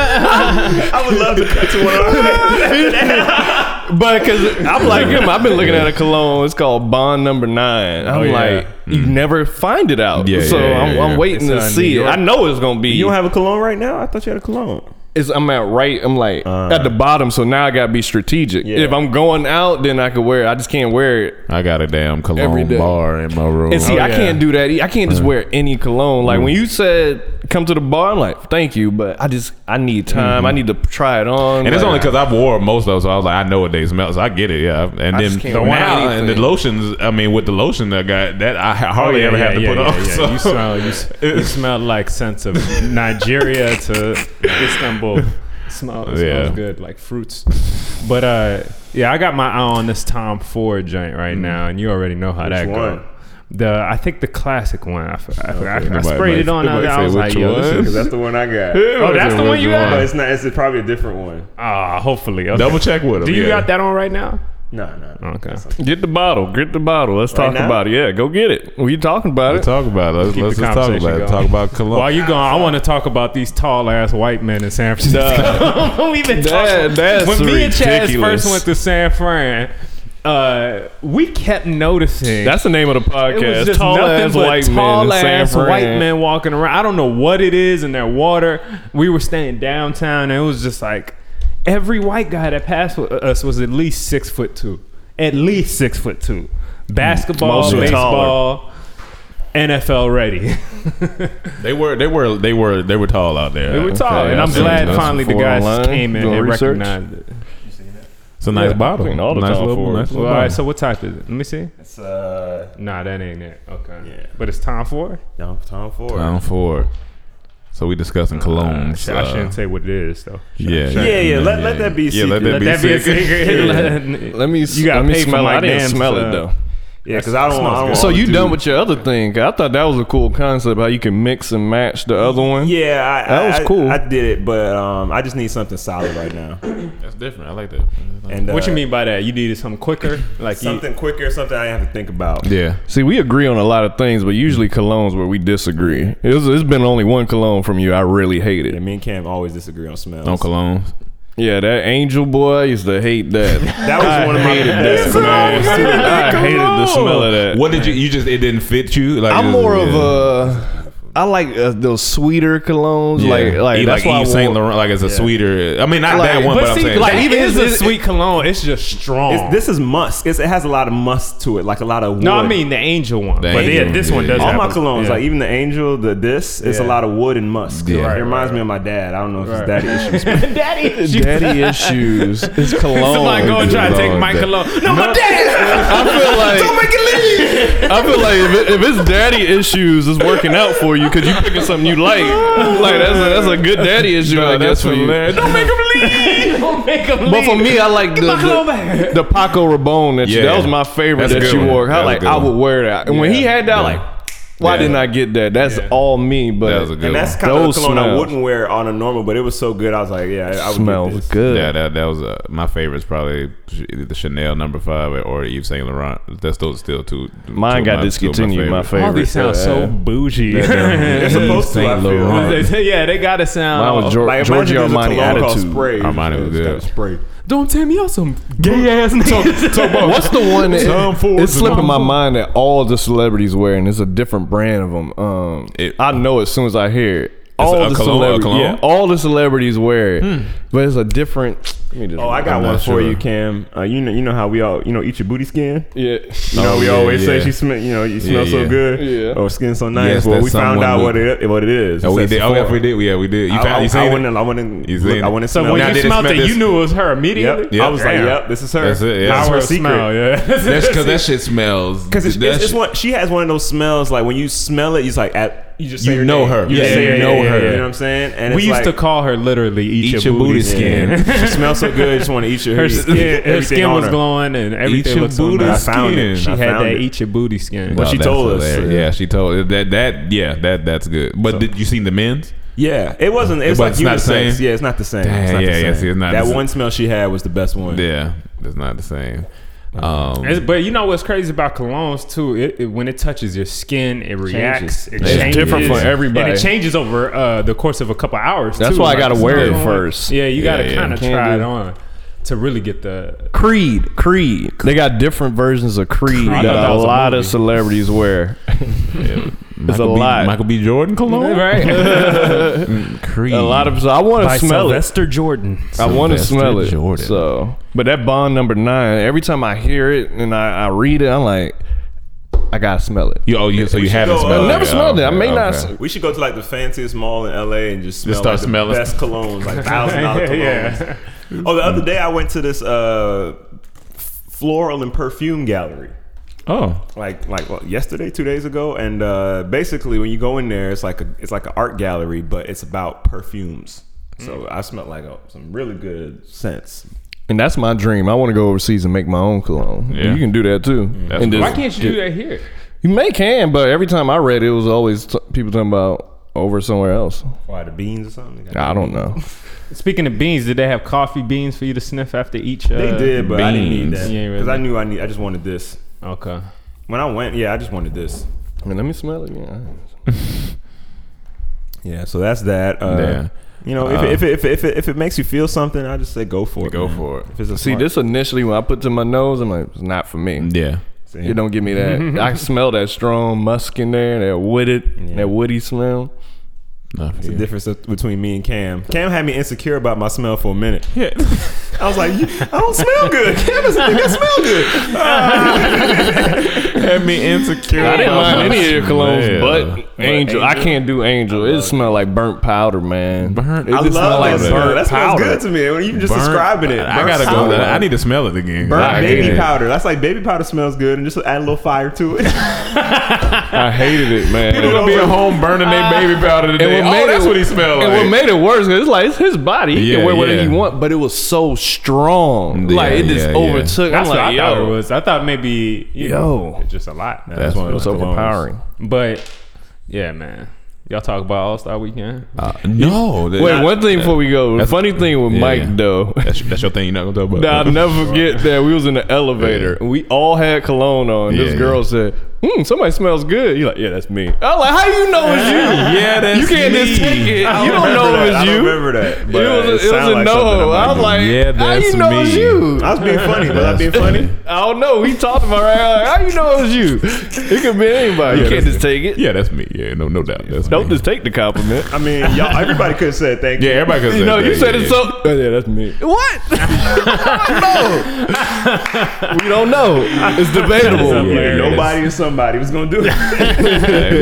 I would love to cut to one of her.
But because I'm like him, I've been looking at a cologne. It's called Bond Number Nine. I'm
yeah.
like, you never find it out.
Oh, Mm-hmm. Yeah,
so
yeah, yeah,
I'm,
yeah.
I'm waiting to see it. I know it's gonna be.
You don't have a cologne right now? I thought you had a cologne.
It's, I'm at right. I'm like
Uh-huh.
at the bottom. So now I gotta be strategic.
Yeah.
If I'm going out, then I could wear it. I just can't wear it.
I got a damn
Every
cologne
day.
bar in my room. Oh,
And see, I
yeah.
can't do that. e- I can't just
Uh-huh.
wear any cologne. Like
Mm.
when you said come to the bar, I'm like, thank you, but I just I need time. I need to try it on.
Mm-hmm. And it's
Like,
only because I've wore most of those, so I was like, I know what they smell, so I get it. Yeah, and then
just can't wear
now
anything.
and the lotions. I mean, with the lotion that got that, I ha- hardly
Oh, yeah,
ever have to
yeah,
put
yeah,
on.
yeah.
so.
You smell. You, s- you smell like sense of Nigeria to Istanbul. Smell. It
Yeah.
Smells good, like fruits. But uh, yeah, I got my eye on this Tom Ford joint
Mm.
right now, and you already know how that
one?
goes. The I think the classic one. I, f- I, f- I- I
Nobody-
sprayed it on.
nobody
I, I
say
was like,
which
yo, this
one.
is,
Because that's the one I got.
oh, that's the one you
But
got.
it's not. It's probably a different one.
Ah, hopefully. Okay.
Double check with them.
Do you
yeah.
got that on right now?
No, no. no.
Okay.
get the bottle, get the bottle. Let's talk
now?
about it. Yeah, go get it. We talking about
Let's
it.
talk about it. Let's,
Keep
let's
the
just talk about
conversation
it. Talk about cologne.
While you gone, I want to talk about these tall ass white men in San Francisco. We've been
That-
talking.
that's
when me and Chaz
ridiculous.
first went to San Fran, uh, we kept noticing.
That's the name of the
it
podcast.
was just
tall
nothing
ass
but
white
tall
men in San
ass
Fran.
white men walking around. I don't know what it is in their water. We were staying downtown, and it was just like every white guy that passed with us was at least six foot two, at least six foot two. Basketball,
Hmm. Most were taller.
baseball, NFL ready.
they were, they were, they were, they were tall out there.
They were tall,
Okay,
and I'm
I've seen
glad
those.
finally the
before
guys
online,
came in
doing
and
research.
recognized it.
It's a nice
Yeah,
bottle.
I think all the
nice
time
little,
for it.
nice
Well,
little
all right,
bottle.
so what type is it? Let me see.
It's uh,
Nah, that ain't it. Okay.
Yeah.
But it's Tom Ford.
no, Tom Ford.
Round four. So we discussing
Uh,
colognes.
shit, I
uh,
shouldn't say what it is, though.
Yeah,
Yeah, yeah, let- let that be
Yeah, let
secret.
that
Let
be
That be a
secret.
secret.
Let me. s-
You gotta
let me
pay for
smell it.
Mike
I didn't
Dam's,
smell
uh,
it though.
Yeah, because I don't want.
So you done with your other thing? I thought that was a cool concept. How you can mix and match the other one.
Yeah, I,
That was
I- I-
cool.
I, did it, but um, I just need something solid right now.
That's different. I like that.
And
What
uh,
you mean by that? You needed something quicker, like you-
Something quicker, something I didn't have to think about.
Yeah.
See, we agree on a lot of things, but usually colognes where we disagree. It was, it's been only one cologne from you I really hated.
Yeah, me and Cam always disagree on smells.
No colognes.
Yeah, that angel boy, I used to hate that. that
was one of my-
that
It's
smell.
all
I hated the smell of that.
What did you? You just it didn't fit you. Like
Uh, I'm
it-
more
yeah.
of a. I like uh, those sweeter colognes,
Yeah.
like like
Eat
that's
like
why
Yves
I
Saint
wore-
Laurent. Like it's a sweeter. I mean, not
Like-
that one,
but
but, I'm
see,
saying
like,
that-
even
Even is
it's-
a sweet cologne. It's just strong.
It's, this is musk. It's, it has a lot of musk to it, like a lot of wood.
Oh. no, I mean the angel one.
The
but
angel
yeah,
one,
this
yeah,
one
yeah.
does.
all
have
my
a-
colognes,
yeah.
like even the angel, the this, it's a
Yeah.
lot of wood and musk.
Yeah. Right,
it reminds me of my dad. I don't know if it's daddy issues. but-
daddy issues. It's cologne.
Somebody go and try to
Lord,
take my
that-
cologne. No, my dad.
I feel like don't make it leave. I feel like if, it, if it's daddy issues is working out for you because you picking something you like, like that's a, that's a good daddy issue. I guess for you.
Don't make him leave. Don't make him leave.
But for me, I like the,
my cologne back.
the, the Paco Rabanne that you,
Yeah.
that was my favorite
That's a
that
good
you
one.
wore. I
That's a
like
good
I
one.
would wear that, and when he had that,
Yeah.
like, why
Yeah.
didn't I get that? That's all me. But
that was a good
and that's
one.
kind of a
Those
cologne I
smells.
wouldn't wear on a normal, but it was so good. I was like, yeah, I would get
smells
this.
good.
Yeah, that that was uh, my favorite's probably either the Chanel number five or, or Yves Saint Laurent. That's those still two. two
Mine
of
got
my-
discontinued.
two of
My favorite.
All these sound so bougie.
It's supposed to. I
Saint Laurent.
feel.
yeah, they gotta sound.
Mine was Gior-
Like, imagine
Giorgio
there's a
Armani
cologne called
attitude.
Spray.
Armani was
It's got
good.
Spray.
Don't tell me y'all some gay ass niggas.
What's the one that
Tom Ford
it's
is
slipping
Tom
my
Ford.
mind that all the celebrities wear, and it's a different brand of them. Um,
It-
I know as soon as I hear it. All
a
the
cologne- a
celebrities,
cologne?
yeah, all the celebrities wear it, but it's a different. Let me just-
Oh, I got
I'm
one
not
for you,
sure.
Cam. Uh, you know, you know how we all, you know, eat your booty skin.
yeah.
You know,
Oh,
we
yeah,
always say
yeah.
she smell. You know, you
Yeah,
smell so
yeah.
good.
Yeah.
Or skin so nice.
Yes,
well,
that's
we found
someone
out
we-
what it what it is.
Oh,
It's
we
at
did. Oh, yeah,
Sephora.
we did. Yeah, we did. You,
I,
found,
I,
you
I,
seen it?
wouldn't. I wouldn't.
You
look-
seen
I
it?
wouldn't
So
smell.
when
Now,
you
did it
smelled it,
smell
you
this-
knew it was her immediately.
Yep. I was like,
Damn.
yep, this is her.
That's it, yeah.
That's
Power
her
of
secret.
smell, yeah.
That's because that shit smells.
Because it's,
that
it's, it's
shit-
one. She has one of those smells like when you smell it, you like at you just say
You
her
know
name.
her.
You
Yeah,
just say
yeah,
her
yeah,
name.
yeah, yeah.
You know what I'm saying? And
we
it's
used
like,
to call her literally "eat,
Eat your booty skin.
She smells so good. Just want to eat your
Her skin, her
everything
skin
on
was
her.
glowing, and everything
your
looked so
booty
nice.
I found it.
skin.
She
I
had
found
that
it.
"eat your booty skin."
But she
that's
told us.
hilarious. Yeah, she told that that yeah that that's good. But did you seen the men's?
Yeah, it wasn't. It was
But
like
it's not the
unisex.
same?
Yeah, it's not the same. It's
Dang,
not the
yeah, yeah,
same.
see, it's not
that
the
one smell she had was the best one.
Yeah, it's not the same. Um,
It's- but you know what's crazy about colognes too? It, it- when it touches your skin, it reacts. It
It's
changes.
different for
and
everybody.
it changes over uh, the course of a couple hours.
That's
too.
why I gotta
it's
wear it
not going-
first.
Yeah, you
Yeah,
gotta
yeah.
kind of
Can't
try
do
it
it.
on to really get the.
Creed, Creed. They got different versions of Creed
I
that,
thought that
a
was a
lot of
movie.
celebrities wear.
Michael
a
B,
lot.
Michael B. Jordan cologne, Mm, Creed.
A lot of. So I want to smell it.
Jordan.
I want to
Sylvester
smell it.
Jordan.
So, but that Bond number nine. Every time I hear it and I, I read it, I'm like, I gotta smell it.
You, oh, you, so you haven't
go, uh,
smelled
I
it.
never
Yeah,
smelled it. I
okay,
may not.
okay.
s-
We should go to like the fanciest mall in LA and just smell
start
like the
smelling.
best colognes, like thousand dollar colognes.
yeah.
Oh, the other day I went to this uh, floral and perfume gallery.
Oh,
Like like what, yesterday, two days ago, and uh, basically when you go in there, it's like a it's like an art gallery, but it's about perfumes.
Hmm.
So I smelled like a, some really good scents.
And that's my dream. I want to go overseas and make my own cologne.
Yeah. Mm,
You can do that too.
That's
And
cool.
just-
Why can't you do that here?
You may can, but every time I read it, it was always t- people talking about over somewhere else.
Why the beans or something?
Ah,
I don't know.
Speaking of beans, did they have coffee beans for you to sniff after each? Uh,
They did, but I didn't need
beans.
that
Yeah,
because
really.
I knew I need. I just wanted this.
Okay.
When I went, yeah, I just wanted this.
I mean, let me smell it. again.
Yeah, so that's that. Uh,
Yeah.
You know, if,
Uh,
it, if, it, if, it, if, it, if it makes you feel something, I just say go for it.
go
man.
for it.
If it's a
See,
smart-
this initially when I put to my nose, I'm like, it's not for me.
yeah.
It don't give me that. I smell that strong musk in there, that wooded, that woody smell.
Not for you.
difference between me and Cam. Cam had me insecure about my smell for a minute. Yeah. I was like, "You- I don't smell good. Cam doesn't think I smell good.
Had me insecure.
I didn't
about
mind
my
any of your colognes,
smell.
but Angel, I can't do Angel. It smell like burnt powder, man.
Burnt-
It
I love
just smell
that
like burnt
smell.
That smells
powder.
good to me. When you just
Burnt-
describing it,
I
burnt
gotta go.
powder.
I need to smell it again.
Burnt
I
baby
can't.
powder. That's like baby powder smells good, and just add a little fire to it.
I hated it, man.
People gonna be at home burning their baby powder today.
what
Oh,
made
that's
it-
what he smelled like.
And what made it worse, it's like it's his body. He
Yeah,
can wear whatever
yeah.
he want, but it was so strong.
Yeah,
like it just
yeah, yeah.
overtook. I'm
That's what I
like,
thought it
yo,
was. I thought maybe you
Yo.
know, just a lot. That's,
That's
one
it
of
was
those colognes.
overpowering.
But yeah, man. Y'all talk about All Star Weekend.
Uh, no. that-
Wait, one thing before we go. The
That's-
funny thing with
yeah,
Mike
yeah.
though.
That's, that's your thing. You're not gonna talk
that I'll
about.
never forget that we was in the elevator.
Yeah.
and We all had cologne on.
Yeah,
this
yeah.
girl said, hmm, somebody smells good. You're like, yeah, that's me. I'm like, how you know it's you?
Yeah, that's
you can't just
me.
take it. You
I
don't know
remember
it
that.
was
I don't
you.
remember that.
It
But
was a, it was
sound
a
like
no.
something I
I was
might
like,
do.
Yeah,
how
that's
you know it's
me.
you?
I was being funny. Was I
That's
being
funny.
funny?
I don't know. We talked about it. Like, how you know it was you? It could be anybody. you can't just take it.
Yeah, that's me. Yeah, no, no doubt. That's
Don't
me.
just take the compliment.
I mean, y'all, everybody could have said thank
Yeah,
you.
everybody could.
You know, you said
yeah,
it's
yeah.
so. Oh, yeah, that's me. What? no, we don't know. It's debatable.
Yeah, yeah,
Nobody or somebody was gonna do it.
hey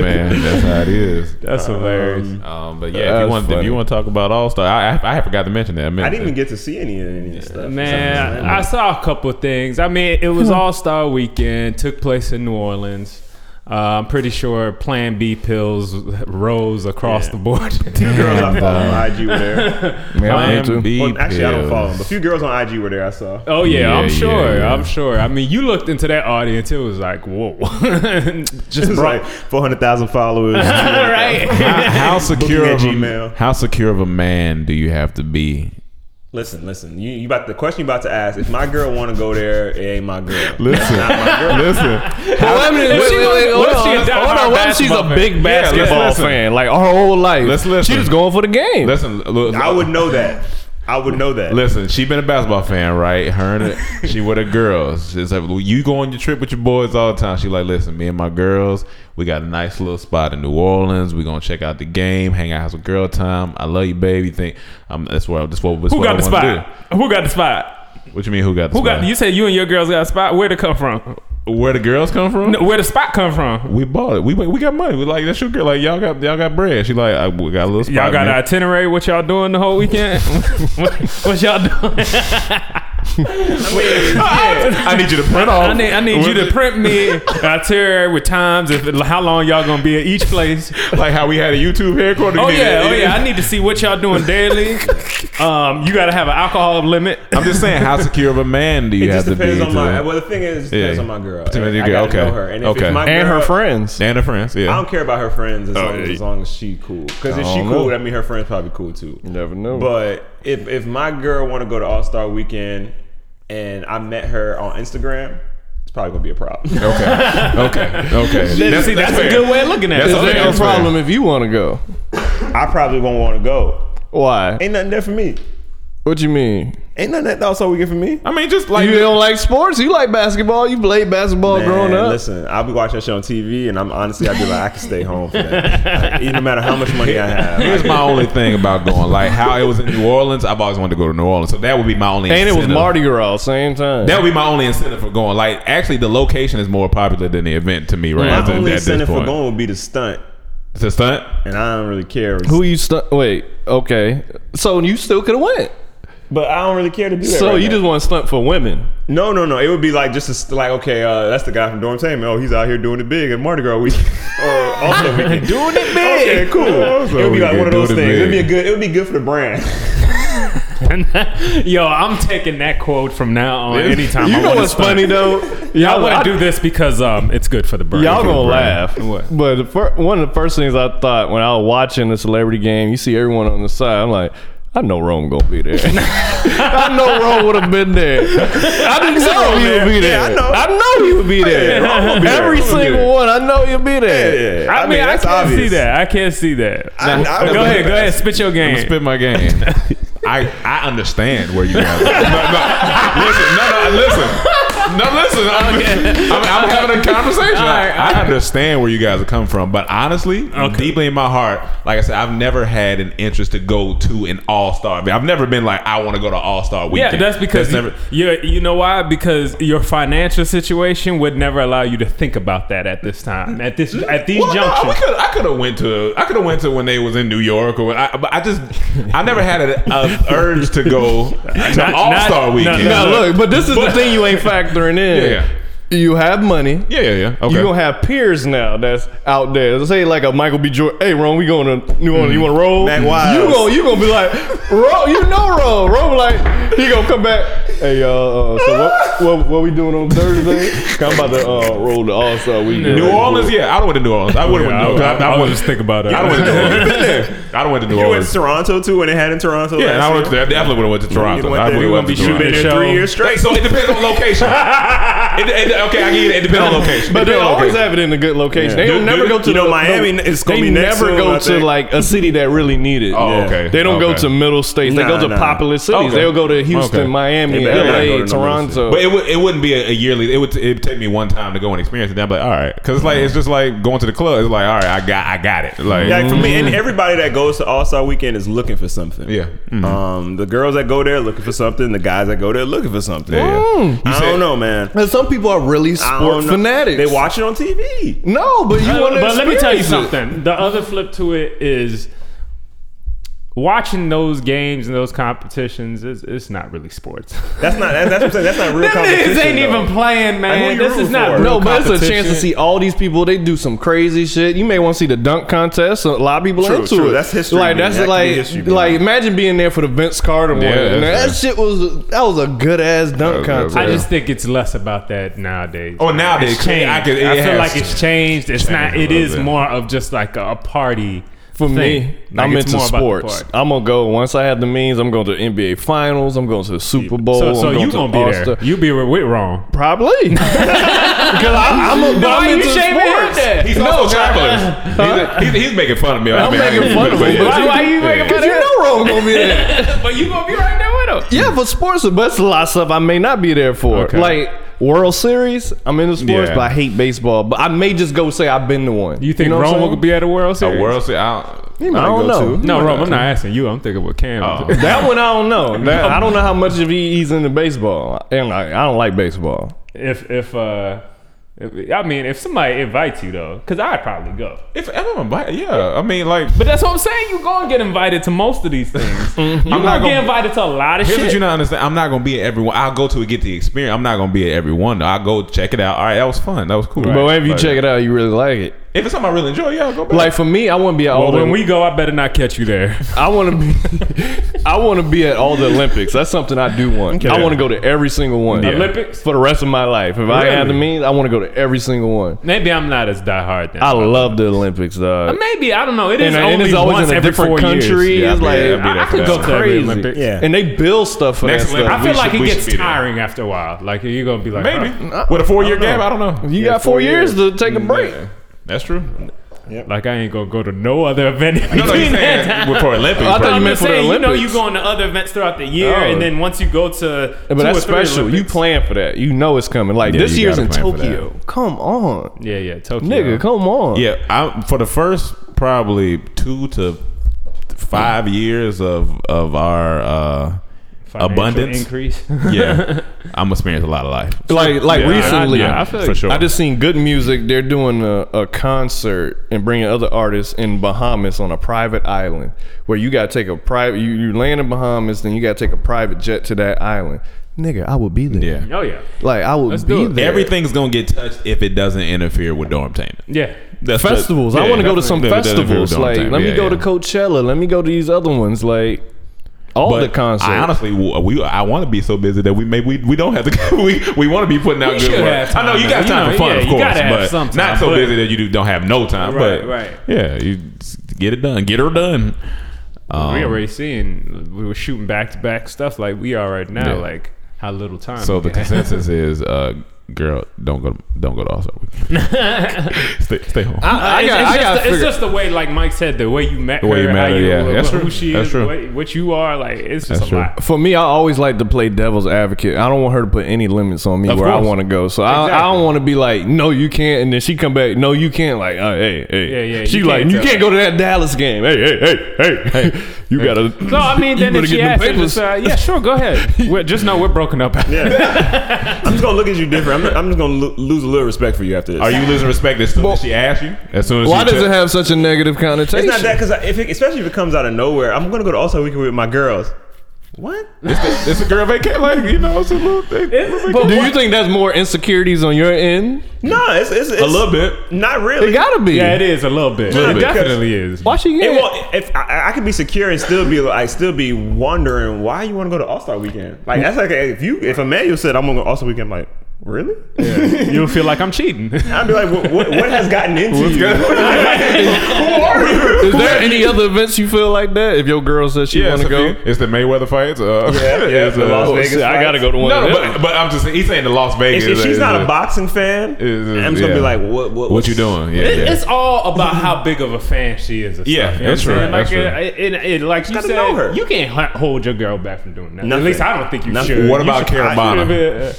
man, that's how it is.
That's hilarious.
Um, but yeah, if you
That's
want if
funny.
you want to talk about All Star, I, I I forgot to mention that. meant
I didn't
to.
even get to see any of any of this stuff.
Man, I saw a couple things. I mean, it was All Star Weekend, took place in New Orleans. Uh, I'm pretty sure Plan B pills rose across the board.
girls I follow on IG were there.
Plan B
Well, actually, I don't
pills.
follow them, but a few girls on IG were there. I saw.
oh yeah,
Yeah,
I'm sure.
yeah.
I'm sure. I mean, you looked into that audience. It was like, whoa,
It
just
was
brought
like four hundred thousand followers.
right.
How, how secure
at
of a,
Gmail.
how secure of a man do you have to be?
listen, listen. You, you about the question you about to ask? If my girl want to go there, it ain't my girl.
Listen.
Not my girl.
Listen,
What
If she was- what if she a diehard
What if she's a
basketball
big
fan? Yeah, let's
basketball
listen.
fan? Like her whole life.
Let's listen.
She just going for the game.
listen. Look,
I would know that. I would know that.
Listen, she been a basketball fan, right? Her and her, she with her girls. She's like, well, you go on your trip with your boys all the time. She like, listen, me and my girls, we got a nice little spot in New Orleans. We gonna check out the game, hang out, have some girl time. I love you, baby. Think um, that's what that's what that's
Who
what
got
I
the
wanna
spot? Who got the spot?
Do. What you mean? Who got the
Who
spot?
got? You said you and your girls got a spot. Where'd it come from?
Where the girls come from?
No, where the spot come from?
We bought it. We we got money. We like that's your girl. Like y'all got y'all got bread. She like I, we got a little spot.
Y'all got an
man.
itinerary? What y'all doing the whole weekend? what, what y'all doing?
I need you to print off.
I need, I need you to print me an itinerary with times, if how long y'all gonna be at each place.
like how we had a YouTube headquarters.
Oh yeah, oh yeah. I need to see what y'all doing daily. Um, you gotta have an alcohol limit.
I'm just saying, how secure of a man do you
It
have
just
to be?
depends on my.
to-
Well, the thing is, it just depends
Yeah.
on my girl.
Depends on your
I
girl,
gotta
okay.
know her, and if
Okay.
it's my
and
girl,
her friends.
and her friends.
I
Yeah,
don't care about her friends as,
Oh,
long, as,
yeah.
as long as she cool. Because if
I
she
don't
cool,
know.
that mean her friends probably cool too.
You never know.
But if if my girl want to go to All Star Weekend and I met her on Instagram, it's probably gonna be a problem.
okay, okay, okay. That's,
see, that's,
fair.
a good way of looking at
That's
it.
a
It's
fair-
a problem if you want to go.
I probably won't want to go.
Why?
Ain't nothing there for me.
What you mean?
Ain't nothing at All Star Weekend for me.
I mean, just like
you don't like sports? You like basketball? You played basketball growing
Man,
up?
Listen, I'll be watching that shit on TV, and I'm honestly, I'd be like, I can stay home for that. Like, no matter how much money I have.
Here's my only thing about going, like how it was in New Orleans. I've always wanted to go to New Orleans, so that would be my only.
and it was
incentive.
Mardi Gras same time.
That would be my only incentive for going. Like, actually, the location is more popular than the event to me, right?
my
at the-
only
at this
incentive for
point.
going would be the stunt,
It's a stunt.
and I don't really care.
Who you stu- Wait, okay. So you still could have went.
But I don't really care to do that.
So
right
you
now.
just want to stunt for women.
No, no, no. It would be like just a st- like okay, uh, that's the guy from Dorm Tainment. Oh, he's out here doing it big at Mardi Gras week or Oh, also weekend. doing it big. Okay, cool. it would be like
weekend,
one of those
doing it
things. It would be a
big.
good. It would be good for the brand.
Yo, I'm taking that quote from now on. Anytime
You
I
know
wanna
what's
stunt.
funny though?
I
Y'all
want
I-
to do this because um, it's good for the brand.
Y'all gonna
Right.
laugh.
What?
But the fir- one of the first things I thought when I was watching the celebrity game, you see everyone on the side. I'm like, I know Rome gonna be there. I know Rome would have been there. I didn't know he would be there.
Yeah, I know.
I know he would be there.
Rome gonna be there.
Every
Rome gonna be
single
there.
one. I know he'll be there.
Yeah,
I, mean, I
that's
can't see
obvious.
that. I can't see that.
I- I
go
would-
ahead, go ahead, spit your game.
Spit my game. I I understand where you guys. Are. No, no, listen, no, no, listen, no, listen. I'm, I'm, I'm having a conversation. I- I, understand where you guys are coming from, but honestly, deeply in my heart, like I said, I've never had an interest to go to an All Star event. I've never been like, I want to go to All Star
Yeah,
weekend.
that's because
never.
you, you you know why? Because your financial situation would never allow you to think about that at this time. At this at these
Well, no, we
junctions.
could, I could have went to I could have went to when they was in New York or when I, but I just I never had an urge to go to
not-
All Star
no,
weekend.
Now look, but this is the thing you ain't factoring in.
Yeah.
You have money.
yeah, yeah, yeah. Okay.
You gonna have peers now that's out there. Let's say like a Michael B. Jordan. Hey, Ron, we going to New Orleans. You want to roll?
Mac
you
Wiles.
gonna you gonna be like, Ron, you know Ron. Ron be like he gonna come back. Hey y'all. Uh, so what, what what we doing on Thursday? I'm about to uh, roll the All Star weekend.
New Orleans, yeah. I don't went to New Orleans. I would have
I,
went. to New
I,
Orleans. I, I,
was
wouldn't-
just thinking about it.
I don't went to New Orleans. I don't went to New
You went to
Orleans.
Toronto too when they had in Toronto.
Yeah, and I went
last
to, I definitely would have went to
year? You
Toronto.
went
I
there,
would
we
have went
gonna be
to Toronto.
shooting there
Show.
three years straight.
So it depends on location. it, it, Yeah, okay, I get it. It depends on location.
But they
Depends on
always
location.
have it in a good location. They
Yeah.
don't
Dude,
never
dude,
go to
you know,
the-
Miami is gonna
they
be next
never
soon,
go
I
to
think.
like a city that really need it.
Oh,
Yeah.
okay.
They don't go
Okay.
to middle states. they
Nah,
go to
nah.
populous cities.
Okay.
They'll go to Houston,
Okay.
Miami,
They better not
LA,
go to no middle
Toronto.
But it, would it wouldn't be a, a yearly. It would it would take me one time to go and experience it. Then I'm like, all right, because it's like it's just like going to the club. It's like, all right, I got I got it. Like,
Yeah, like for me, and everybody that goes to All Star Weekend is looking for something.
Yeah. Mhm.
Um, the girls that go there looking for something. The guys that go there looking for something.
Yeah, yeah. Mm.
I
said-
don't know, man.
And some people are really
I
sport
don't know.
fanatics.
They watch it on TV.
No, but you want to.
Uh, but let me tell you something. The other flip to it is watching those games and those competitions. It's, it's not really sports.
That's not. That's, that's what I'm saying. That's not real
Them
competition.
niggas ain't
though.
even playing,
who
man.
you
This is
rooting
not
for?
real
No, but it's a chance to
competition.
see all these people. They do some crazy shit. You may want to see the dunk contest. A lot of people
True,
into
true.
it.
That's history
Like
being-
that's
that could be
like
history being.
like imagine being there for the Vince Carter one.
that's
Now, that
right.
shit was that was a good ass dunk
That was-
contest.
that
I
Yeah.
just think it's less about that nowadays.
Oh, nowadays,
It's changed.
I could- it
I feel
has
like
to.
it's changed. It's not.
a
It
little
is
bit.
more of just like a, a party
for me,
thing. Like,
I'm
it's
into
more about the
sports.
party.
I'm gonna go once I have the means. I'm going to NBA Finals. I'm going to the Super Bowl.
So, so
I'm going
you gonna
to
be
All-Star-
there? You be with with wrong.
Probably. Because I'm, I'm, a, but
Why
I'm
you
into
shaming
sports.
him?
He's also traveling. He's, he's, he's making fun of me.
I'm making fun of him. but
Why- why you making fun
Because
of him?
You know Rome gonna be there.
But you gonna be right there with him.
Yeah, for sports, but it's a lot of stuff I may not be there for.
Okay.
Like World Series, I'm into sports,
Yeah.
but I hate baseball. But I may just go say I've been to one.
You think
know what I'm
Rome
saying?
will be at a World Series?
A World Series. I
I
don't,
don't know.
No, Rome. I'm not asking you. I'm thinking with Cam.
Oh.
That one I don't know. That, I don't know how much of he, he's into baseball. And like, I don't like baseball.
If if uh, if, I mean, if somebody invites you though, because I'd probably go.
if everyone, but yeah, I mean, like,
But that's what I'm saying. You gonna get invited to most of these things. you
I'm
gonna,
not
get
gonna-
invited to a lot of
Here's
shit.
what you not understand. I'm not gonna be at everyone. I'll go to it, get the experience. I'm not gonna be at everyone. though. I'll go check it out. All right, that was fun. That was cool.
But if you check it out, you really like it.
if it's something I really enjoy, yeah, I'll go back.
Like for me, I want to be at all
Well,
the.
when we go, I better not catch you there.
I want to be. I want to be at all the Olympics. That's something I do want. I want to go to every single one.
Olympics?
for the rest of my life. If I
Really?
have the means, I want to go to every single one.
Maybe I'm not as diehard then.
I love the Olympics, dog.
Maybe I don't know. It is
and, and
only
it's always
once
in a
every
different
four
country.
Years.
Yeah,
it's
I'll be
like
there. I'll be
I
there for that.
could go to every
crazy.
Olympics.
Yeah.
and they build stuff for
Next
that
Olympics.
I
stuff.
We
feel
should-
like it
we should
gets
be there.
tiring after a while. Like you're gonna be like,
maybe
huh.
uh,
with a four year gap. I don't know.
You got four years to take a break.
Yeah, that's true.
like I ain't gonna go to no other event in
No, no,
between
you're
that
saying
time.
with- for Olympics.
I thought
right?
you
I'm
meant
just
for the
saying, you know,
Olympics.
you going to other events throughout the year,
Oh.
and then once you go to,
But
two
that's
or three
special. You
Olympics-
plan for that. You know it's coming. Like
Yeah,
this
you
year's
gotta
in
plan for that.
Tokyo. Come on,
yeah, yeah, Tokyo,
nigga. Come on.
Yeah, I, for the first probably two to five years of of our uh,
Financial
abundance,
increase.
yeah, I'm gonna experience a lot of life.
Like like
Yeah, I-
recently,
yeah, I feel for like- sure.
I just seen good music. They're doing a, a concert and bringing other artists in Bahamas on a private island where you got to take a private. You, you land in Bahamas, then you got to take a private jet to that island. Nigga, I would be there.
Yeah.
oh yeah,
Like I would
Let's do
be
it.
there.
Everything's gonna get touched if it doesn't interfere with dormtainment.
yeah.
That's what-
festivals. I
Yeah,
want to go to some
that- that- that-
festivals.
that-
Like
that-
let me
yeah,
go to
yeah.
Coachella. Let me go to these other ones. Like all
But
the concerts.
I honestly, w- uh, we I want to be so busy that we maybe we, we don't have to. go. we we want to be putting out
We
good
should
work.
have time,
I know you got
man.
time
You
for
know,
fun,
yeah,
of
you
course,
gotta have
but
some time,
not so
but-
busy that you do, don't have no time.
Right,
but
right.
Yeah, you s- get it done. Get her done. Um,
we already seen we were shooting back to back stuff like we are right now,
Yeah.
like how little time.
So
we
the
have.
consensus is, uh, girl, don't go, don't go to All Star Weekend. stay, stay home.
I, I got. I
it's, it's just
got.
the, it's just the way, like Mike said, the way you met
The way
her,
you met
how
her,
you,
yeah.
wh-
That's
who
true.
she
That's
is,
true.
What, what you are, like it's just
That's
a
true.
lot.
For me, I always like to play devil's advocate. I don't want her to put any limits on me
Of
where I
course.
want to go. So I, I don't want to be like, no, you can't, and then she come back, no, you can't. Like, uh, hey, hey,
Yeah, yeah,
She
you
like,
can't
you
tell
can't go to that Dallas game. Hey, hey, hey, hey, hey. You gotta.
So I mean,
you
then
better
if she
get
asks,
them
you, just, uh, yeah, sure, go ahead. We're, just know we're broken up.
I'm just gonna look at you different. I'm, not, I'm just gonna lo- lose a little respect for you after this.
Are you losing respect as soon
Well-
as she asks you? As soon as
Why
she
does
check-
it have such a negative connotation?
It's not that because if it, especially if it comes out of nowhere, I'm gonna go to All Star Weekend with my girls. What?
it's, it's a girl vacation? Like you know, it's a little thing.
Do you think that's more insecurities on your end?
No, it's, it's, it's
a little bit.
Not
It
really.
gotta be.
Yeah, it is a little bit.
Little
it
bit.
definitely is.
Why she
It
get?
won't, if I, I could be secure and still be like, still be wondering why you want to go to All Star Weekend. Like that's like if you if Emmanuel said I'm gonna go All Star Weekend, I'm like Really?
You'll feel like I'm cheating.
I'd be like, what, what, what has gotten into you?
Is there any other events you feel like that? If your girl says she
Yeah,
want
it's,
to
a
go,
few- it's the Mayweather fights. Uh,
Yeah, yeah,
it's,
the Las
Oh,
Vegas
shit, I
fights.
gotta go to one.
No,
of them.
but but I'm just saying, he's saying the Las Vegas.
If, if she's
is
not a
a-
boxing fan,
is- is-
I'm just gonna be
yeah.
like, what? What,
What you doing? Yeah,
It-
yeah.
It's all about how big of a fan she is. Or
Yeah,
stuff, you know
that's
what I'm
right,
saying?
that's
Like, it, it, it, like you
gotta
said,
know her.
you can't h- hold your girl back from doing that. At
Nothing.
least I don't think you
Nothing.
should.
What
You
about
should- I-
Carabana?
Yeah.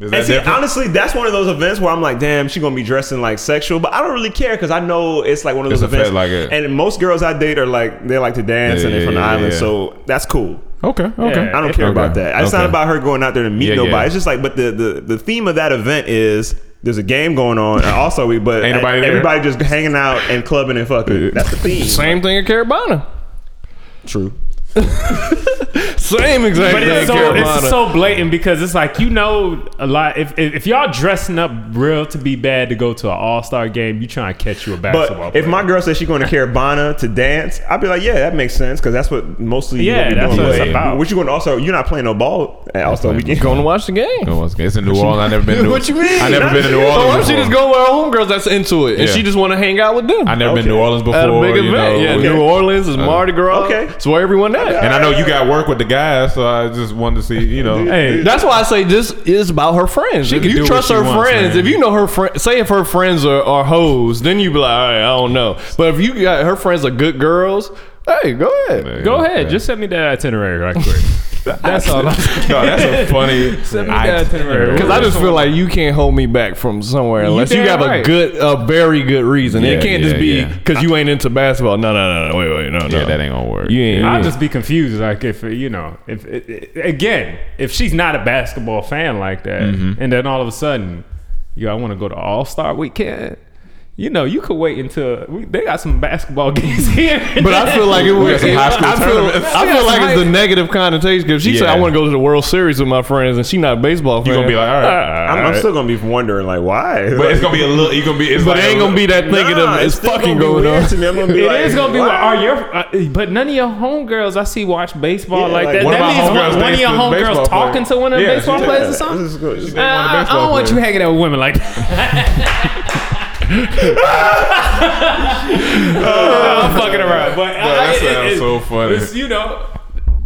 Is that
And see,
different?
honestly, that's one of those events where I'm like, damn, she gonna be dressing like sexual, but I don't really care because I know it's like one of
It's
those
a fad
events.
like it.
And most girls I date are like they like to dance
Yeah,
and they're
yeah,
from the
yeah,
island,
yeah.
so that's cool.
okay, okay.
I don't
Okay.
care about that. It's not
Okay.
about her going out there to meet
Yeah,
nobody.
yeah.
It's just like, but the, the the theme of that event is there's a game going on, and also we but
Ain't nobody there.
everybody just hanging out and clubbing and fucking. That's the theme.
same thing at Carabana.
True.
Same exact
But
thing
it's
at
so,
Carabana.
it's so blatant because it's like you know a lot. If if, if y'all dressing up real to be bad to go to an all star game, you trying to catch you a basketball.
But if
player.
my girl says she's going to Carabana to dance, I'd be like, yeah, that makes sense because that's what mostly you
Yeah,
gonna be
that's
doing.
what
But
it's about.
What you going to also? You're not playing no ball at All Star
playing
Weekend.
going to watch the game.
No, it's- It's in New Orleans. I never been. to New-
What you mean?
I never been to New Orleans.
So what if she
before.
just go with her homegirls that's into it, and
Yeah.
she just want to hang out with them
I never been to New
Okay.
Orleans before.
at a big
you
event?
know,
yeah,
we-
New Orleans is Mardi Gras.
Okay.
it's where everyone at.
And I know you got work with the guys, so I just wanted to see. You know,
hey,
That's why I say this is about her friends. if
can do
you
what
trust
she
her
wants,
friends,
man.
if you know her friend, say if her friends are, are hoes, then you be like, all right, I don't know. But if you got her friends are good girls, hey, go ahead.
go
Yeah,
ahead.
yeah.
Just send me that itinerary right quick. That's all. I'm
no, that's a funny.
Send me that itinerary.
Because I just feel like you can't hold me back from somewhere unless you, have
damn right.
a good, a very good reason.
Yeah,
it can't just
yeah,
be
yeah.
because you ain't into basketball. No, no, no, no. Wait, wait, no, no.
Yeah, that ain't gonna work.
You ain't-
I'll just be confused. Like if you know, if it, it- again, if she's not a basketball fan like that, and then all of a sudden, yo, I want to go to All Star Weekend. You know, you could wait until we, they got some basketball games here.
But I feel like it
We got
would.
some
it-
high school
I feel,
tournaments.
I feel like it's the negative connotation. Because she said,
Yeah.
"I want to go to the World Series with my friends," and she not a baseball. ah,
You're gonna be like, all right.
I'm, I'm still going to be wondering like why.
But it's gonna be a little. You gonna be. It's
but
like
it ain't
a-
gonna be that thinking
Nah,
of it's,
still
fucking
gonna be
going
weird
on.
to me. I'm gonna be
It
like,
is gonna be.
why?
Like, are your? Uh, but none of your homegirls I see watch baseball
Yeah,
like,
like
that.
One of
That
my
means
homegirls
one, one of
thinks
your
the
homegirls
baseball player-
talking to one of the
Yeah, she
baseball
does.
players or
This
something.
is good. This is
Uh,
good.
I, I don't want you hanging out with women like that. I'm fucking around, but
Bro, that
I- it- it-
sounds
it-
so funny.
It's, you know,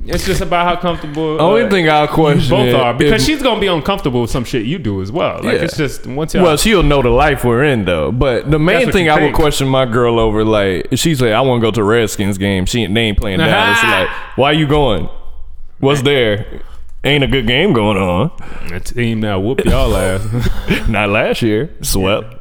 it's just about how comfortable.
Only
uh,
thing I'll question
both
is-
are because
is-
she's gonna be uncomfortable with some shit you do as well. Like
Yeah.
it's just once y'all.
Well, she'll know the life we're in though. But the
That's
main
what
thing
you
I would
think.
question my girl over, like, if she say, "I want to go to Redskins game." She ain't- they ain't playing Dallas. like, why you going? What's there? Ain't a good game going on.
a team now whoop y'all ass.
Not last year. Swept.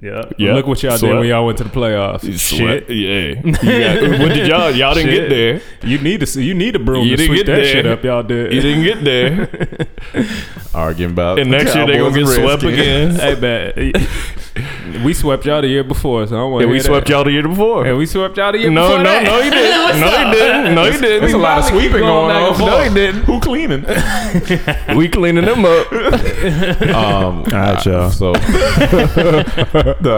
yeah.
Yeah.
Look what y'all
Sweat.
did when y'all went to the playoffs.
Swept. Yeah. You got- what did y'all? Y'all didn't
Shit.
get there.
You need to see. You need a broom
You
to
didn't
sweep
get
that
there.
shit up. Y'all did.
You didn't get there.
arguing about.
And next year they gonna get
Cowboys and
swept
Redskins.
again.
Hey, man. we swept y'all the year before, so I don't want
Yeah,
to.
we swept y'all the year before.
And we swept y'all the year
No,
before.
no,
that.
no, you didn't. No, you didn't. No, you didn't.
There's a lot of
Molly keep
sweeping
going
going
back
on.
and forth.
didn't. Who cleaning?
We cleaning them up.
Um,
right, y'all.
So, No,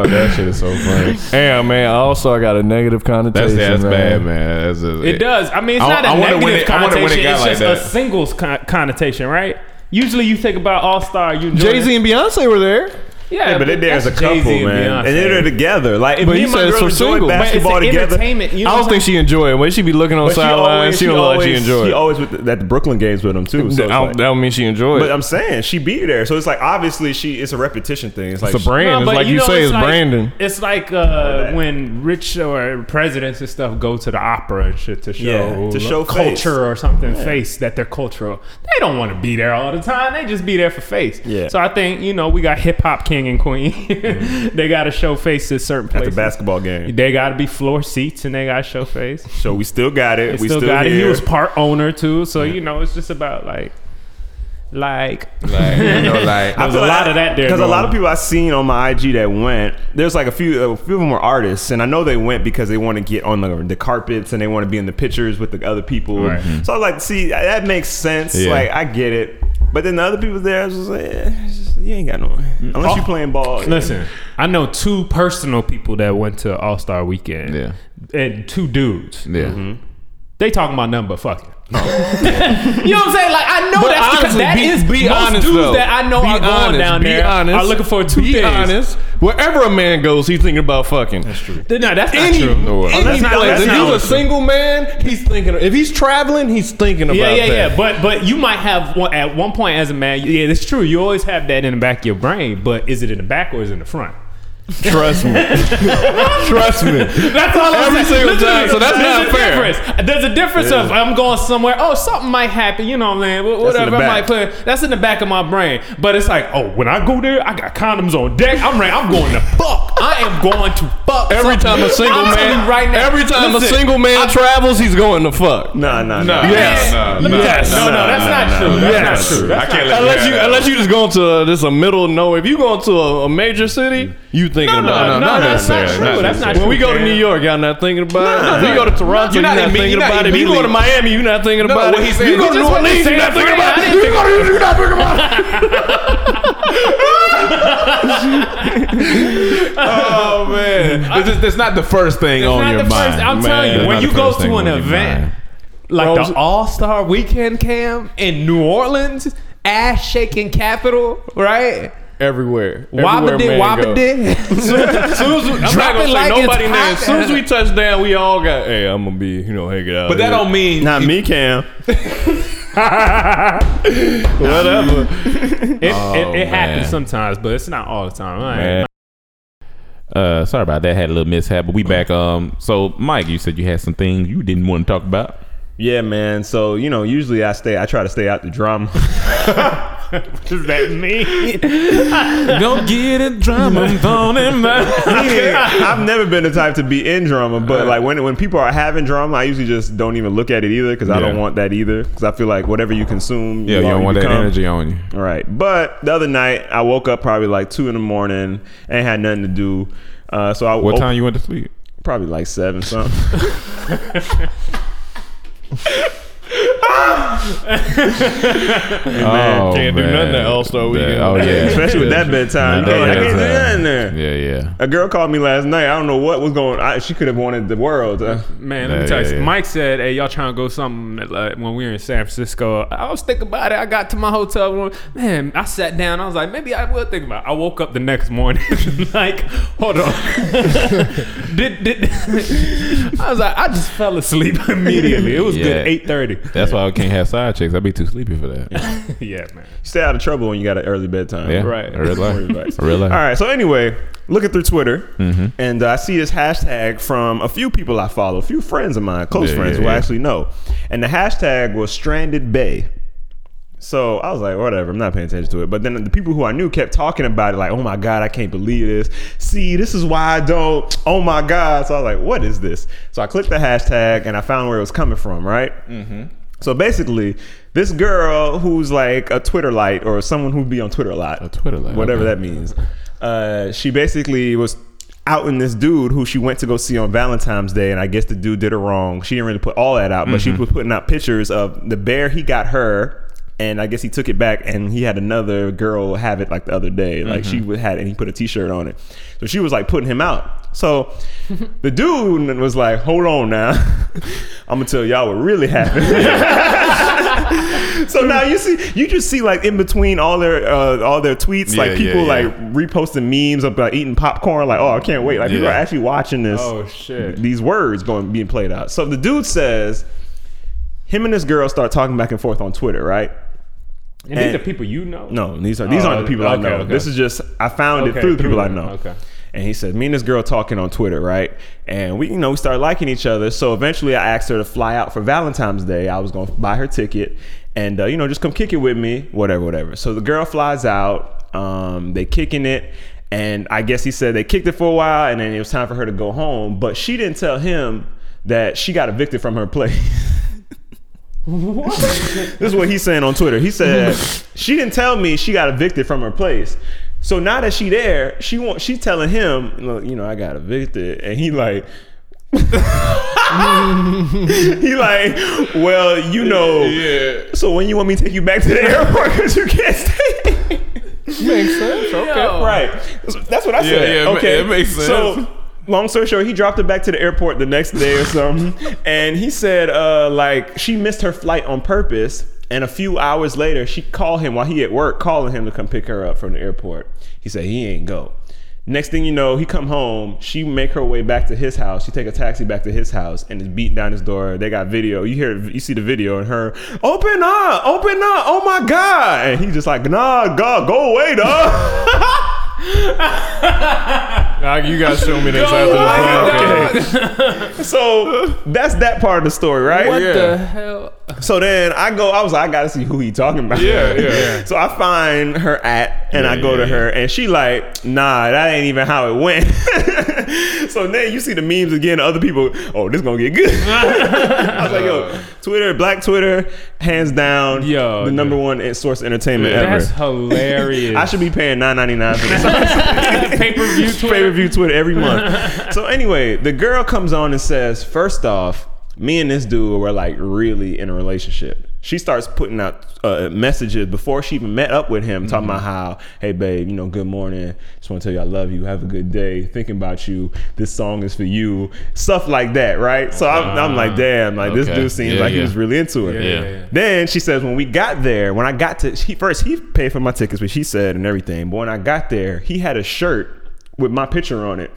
that shit is so funny.
Damn, man. I also got a negative
That's
connotation.
that's bad,
man.
man. That's just,
It does. I mean, it's
I-
not a
I wonder when
negative
it- I wonder when it
connotation.
got
It's
like
just
that.
a singles con- connotation, right? Usually, you think about All Star. You enjoy
Jay Z and Beyonce were there.
yeah,
Yeah, but they're there as a
that's
couple,
Jay-Z and
man,
Beyonce.
and then they're together. Like, if
But
me
you
and my
said it's
girl
for
enjoy
singles. But it's
basketball
It's an
together,
entertainment. You know
I
what
don't
I'm
think she enjoyed it. Way she be looking on
but she
sidelines,
always,
she don't look like she enjoyed
She
it.
always with the, at the Brooklyn games with them too. So
I
it's
don't,
like-
that don't mean she enjoyed
But
it.
I'm saying she be there, so it's like obviously she. It's a repetition thing. It's like
It's a brand.
No,
it's
but
like you,
know,
say, it's
like,
Brandon.
It's like uh, when rich or presidents and stuff go to the opera and shit to show
Yeah, to show
culture
face.
or something, face that they're cultural. They don't want to be there all the time. They just be there for face.
Yeah.
So I think you know we got hip hop king and queen. they got to show face at certain
at the
places.
basketball game.
they got to be floor seats and they got to show face.
So we still got it.
They
we
still, got it. He
here.
was part owner too, so you know it's just about like, like
like, you know, like
There was a lot of that there
because a
going
lot
on.
of people I seen on my IG that went. There's like a few, a few of them were artists, and I know they went because they want to get on the, the carpets and they want to be in the pictures with the other people.
Right. Mm-hmm.
So I was like, see, that makes sense.
Yeah.
Like I get it, but then the other people there, I was just like, eh, it's just- you ain't got no unless you playing ball.
Oh. Listen, I know two personal people that went to All Star Weekend.
Yeah.
And two dudes.
yeah.
They talking about nothing but fucking. You know what I'm saying? Like I know
But
that's because
honestly,
that
be-
is
be
most
honest,
dudes
though.
that I know
Be
are going
honest,
down
be
there
honest,
are looking for two
be
things.
honest. Wherever a man goes, he's thinking about fucking. That's true.
No, that's not
Any,
true.
any
that's
place.
not- that's
if
not
he's a
true.
single man, he's thinking. If he's traveling, he's thinking about
yeah, yeah,
that.
yeah. But but you might have one, at one point as a man. Yeah, that's true. You always have that in the back of your brain. But is it in the back or is it in the front?
Trust me. Trust me.
That's all I'm
Every
saying.
single time, so that's
there's
not
a
fair.
Difference. There's a difference of I'm going somewhere. Oh, something might happen. You know, man. wh-
in
Whatever.
the
I might
back.
play. That's in the back of my brain. But it's like, oh, when I go there, I got condoms on deck. I'm ready. I'm going to fuck. I am going to fuck.
Every time
something.
a single
I'm telling
man,
you right now.
every time
Listen,
a single man travels, he's going to fuck.
Nah, nah,
No,
nah.
Yes.
no, no,
Yes.
No, no, that's not true. That's
not
that's
true.
I can't let
Unless
have
you,
that.
unless you just going to uh, this a middle of nowhere. If you going to a, a major city, you thinking
No,
about
no,
it.
no,
not
that's not
necessarily, not
true. That's not
necessarily.
true.
When we go to
man.
New York, y'all not thinking about it. If we go to Toronto,
You're
you're
not
not,
imme-
thinking
you're not
about it. If you go to
immediately-
Miami, you're not thinking about
what
it.
he said-
you go
he
to New
just wasn't
Orleans, you're
saying
not thinking
Fran, I
about it.
didn't
You go to New York, you're not thinking about it.
Oh man, that's, just- that's not the first thing
It's
on
not
your
the
mind.
first- I'm
man.
telling you,
That's
when
not
you
the
go
first thing
to an
on your
event
mind.
like
Bro,
the
it's-
All Star Weekend Cam in New Orleans, ass shaking capital, right?
Everywhere. Everywhere
Wabba did,
man go.
wabba did.
As soon as we, I'm
Drop
not
it
gonna say
like it's
nobody name.
hot.
As soon as we touch down, we all got. Hey, I'm gonna be, you know, hanging out.
but that
here."
don't mean
Not me, Cam.
whatever.
It, it, it
man.
happens sometimes, but it's not all the time. All right.
Man. Uh, sorry about that. Had a little mishap, but we back. Um, so Mike, you said you had some things you didn't want to talk about.
Yeah, man. So you know, usually I stay. I try to stay out the drama.
Does that mean?
Don't get it drama on him.
I've never been the type to be in drama, but like when when people are having drama, I usually just don't even look at it either because I
Yeah.
don't want that either because I feel like whatever you consume,
Yeah, you
are
don't
who
want
you
that
become.
energy on you.
All right. But the other night, I woke up probably like two in the morning and had nothing to do. Uh, so I
What
op-
time you went to sleep?
Probably like seven something.
oh,
Can't do nothing that All-Star weekend.
Oh yeah,
Especially with that bedtime.
Not
You can't-
that
I can't do
bedtime.
nothing there.
Yeah, yeah.
A girl called me last night. I don't know what was going. on. She could have wanted the world. Uh,
Man, let
Yeah,
me tell you.
yeah,
something.
yeah.
Mike said, "Hey, y'all trying to go something that, like when we were in San Francisco." I was thinking about it. I got to my hotel room. Man, I sat down. I was like, maybe I will think about. it. I woke up the next morning. like, hold on. did, did I was like, I just fell asleep immediately. It was
Yeah.
good eight thirty.
That's why I can't have side chicks. I'd be too sleepy for that.
Yeah, man.
stay out of trouble when you got an early bedtime.
Yeah,
Right.
I realize. I realize.
All right. So anyway, looking through Twitter,
Mm-hmm.
and uh, I see this hashtag from a few people I follow, a few friends of mine, close
Yeah,
friends
yeah,
who I
yeah.
actually know, and the hashtag was Stranded Bay. So I was like, whatever, I'm not paying attention to it. But then the people who I knew kept talking about it, like, oh my God, I can't believe this. See, this is why I don't. Oh my God. So I was like, what is this? So I clicked the hashtag and I found where it was coming from, right?
Mm-hmm.
So basically, this girl who's like a Twitter light or someone who'd be on Twitter a lot, a
Twitter light,
whatever
okay.
that means, uh, she basically was out in this dude who she went to go see on Valentine's Day, and I guess the dude did her wrong. She didn't really put all that out, but
Mm-hmm.
she was putting out pictures of the bear he got her. And I guess he took it back, and he had another girl have it like the other day. Like
Mm-hmm.
she would had, and he put a T-shirt on it. So she was like putting him out. So the dude was like, "Hold on now, I'm gonna tell y'all what really happened." So now you see, you just see like in between all their uh, all their tweets,
Yeah,
like people
yeah, yeah.
like reposting memes about eating popcorn. Like, oh, I can't wait! Like people
Yeah.
are actually watching this.
Oh, shit.
These words going being played out. So the dude says, him and this girl start talking back and forth on Twitter, right?
And, these
And-
are people you know.
No, these are these
Oh,
aren't the people I
okay,
know.
okay.
This is just I found
Okay,
it through the
through
people I
them.
know.
Okay.
And he said, me and this girl talking on Twitter, right? And we, you know, we started liking each other. So eventually, I asked her to fly out for Valentine's Day. I was gonna buy her ticket, and uh, you know, just come kick it with me, whatever, whatever. So the girl flies out. Um, they kicking it, and I guess he said they kicked it for a while, and then it was time for her to go home. But she didn't tell him that she got evicted from her place. This is what he's saying on Twitter. He said she didn't tell me she got evicted from her place. So now that she there, she want she telling him, "Look, you know, I got evicted, and he like. he like, well, you know. So when you want me to take you back to the airport because you can't stay.
Makes sense. Okay.
Right. That's what I said.
yeah, it ma-
okay.
it makes
So
sense.
long story short, he dropped her back to the airport the next day or something, and he said uh, like she missed her flight on purpose. And a few hours later, she called him while he at work, calling him to come pick her up from the airport. He said he ain't go. Next thing you know, he come home. She make her way back to his house. She take a taxi back to his house and is beating down his door. They got video. You hear, you see the video and her open up, open up. Oh my god! And he just like, nah, god, go away, dog.
you gotta show me this after the podcast.
So that's that part of the story, right?
What
Yeah.
the hell?
So then I go, I was like, I gotta see who he talking about.
Yeah, yeah, yeah.
So I find her at and I go to her and she like, nah, that ain't even how it went. so then you see the memes again, other people, oh, this gonna get good. I was like, yo, Twitter, black Twitter, hands down,
Yo,
the
dude.
number one source of entertainment ever.
That's hilarious.
I should be paying nine ninety nine for this.
pay per view Twitter.
pay per view Twitter every month. so anyway, the girl comes on and says, first off, me and this dude were like really in a relationship. She starts putting out uh, messages before she even met up with him, talking about how, hey babe, you know, good morning. Just want to tell you I love you. Have a good day. Thinking about you. This song is for you. Stuff like that, right? So I'm, I'm like, damn, like this
okay.
dude seems
Yeah,
like he
yeah.
was really into it.
Yeah.
Then she says, when we got there, when I got to, he, first he paid for my tickets, which he said and everything. But when I got there, he had a shirt with my picture on it.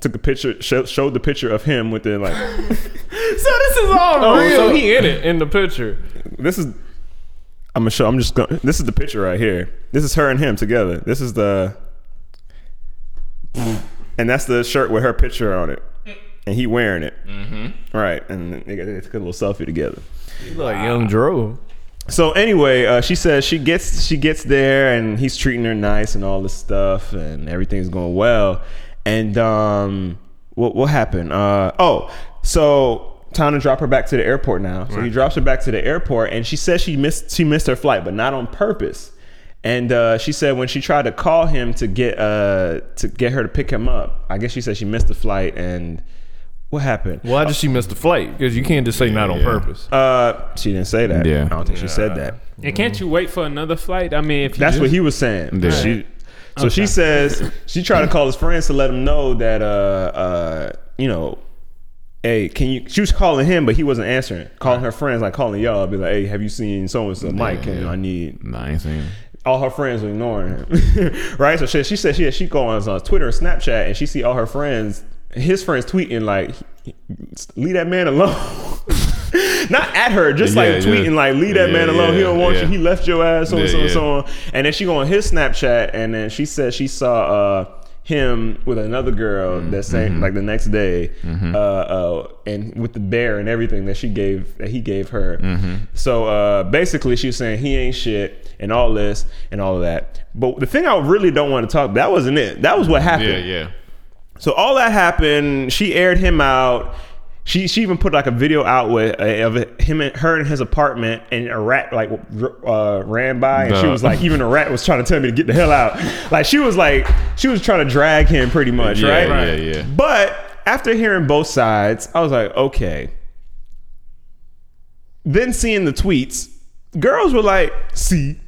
Took a picture, sho- showed the picture of him with the like.
So this is all
Oh,
real.
so he in it in the picture.
this is. I'm gonna show. I'm just gonna. This is the picture right here. This is her and him together. This is the. And that's the shirt with her picture on it, and he wearing it. Mm-hmm. Right, and they, got- they took a little selfie together.
Like young Dro.
So anyway, uh, she says she gets she gets there and he's treating her nice and all this stuff and everything's going well. And um, what what happened? Uh, oh, so time to drop her back to the airport now. So he drops her back to the airport and she says she missed she missed her flight, but not on purpose. And uh, she said when she tried to call him to get uh, to get her to pick him up, I guess she said she missed the flight and what happened?
Why did she miss the flight? Because you can't just say not on
Yeah.
purpose.
Uh, she didn't say that.
Yeah.
I don't think she said that.
And can't you wait for another flight? I mean, if you
That's
just-
what he was saying.
Yeah.
She, so she says she tried to call his friends to let him know that uh uh you know, hey, can you? She was calling him, but he wasn't answering. Calling her friends, like calling y'all, be like, hey, have you seen so and so? Mike, can I need?
Nah, I ain't seen it.
All her friends were ignoring him, right? So she, she said she she goes on uh, Twitter and Snapchat, and she see all her friends, his friends tweeting like, leave that man alone. Not at her, just
Yeah,
like
yeah.
tweeting like, leave that
Yeah,
man alone. he
yeah,
don't want
yeah.
you. He left your ass, so and
Yeah,
so and
yeah.
so on. And then she go on his Snapchat, and then she said she saw uh, him with another girl that same like the next day, uh, uh, and with the bear and everything that she gave that he gave her. So uh, basically, she was saying he ain't shit and all this and all of that. But the thing I really don't want to talk that wasn't it. That was what happened.
Yeah, yeah.
So all that happened. She aired him out. She she even put like a video out with uh, of him and her in his apartment, and a rat like uh, ran by, and she
Nah.
was like, even a rat was trying to tell me to get the hell out. Like she was like she was trying to drag him pretty much,
Yeah, yeah,
right?
yeah.
But after hearing both sides, I was like, okay. Then seeing the tweets, girls were like, see.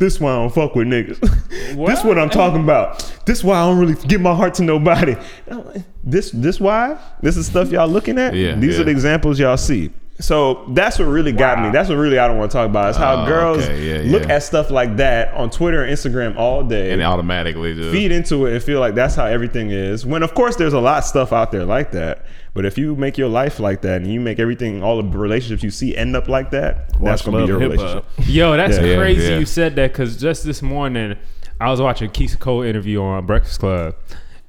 This why I don't fuck with niggas. this what I'm talking about. This why I don't really give my heart to nobody. I'm like, This this why? This is stuff y'all looking at?
Yeah,
These
yeah.
are the examples y'all see. So that's what really got me. That's what really I don't want to talk about. It's how
Oh,
girls
okay, yeah,
look
yeah.
at stuff like that on Twitter and Instagram all day
And automatically just
feed into it and feel like that's how everything is. When of course there's a lot of stuff out there like that. But if you make your life like that and you make everything all the relationships you see end up like that, that's gonna be
Love
your
Hip Hop.
relationship.
Yo, that's
Yeah, yeah,
crazy
yeah.
you said that because just this morning I was watching Keisha Cole interview on Breakfast Club,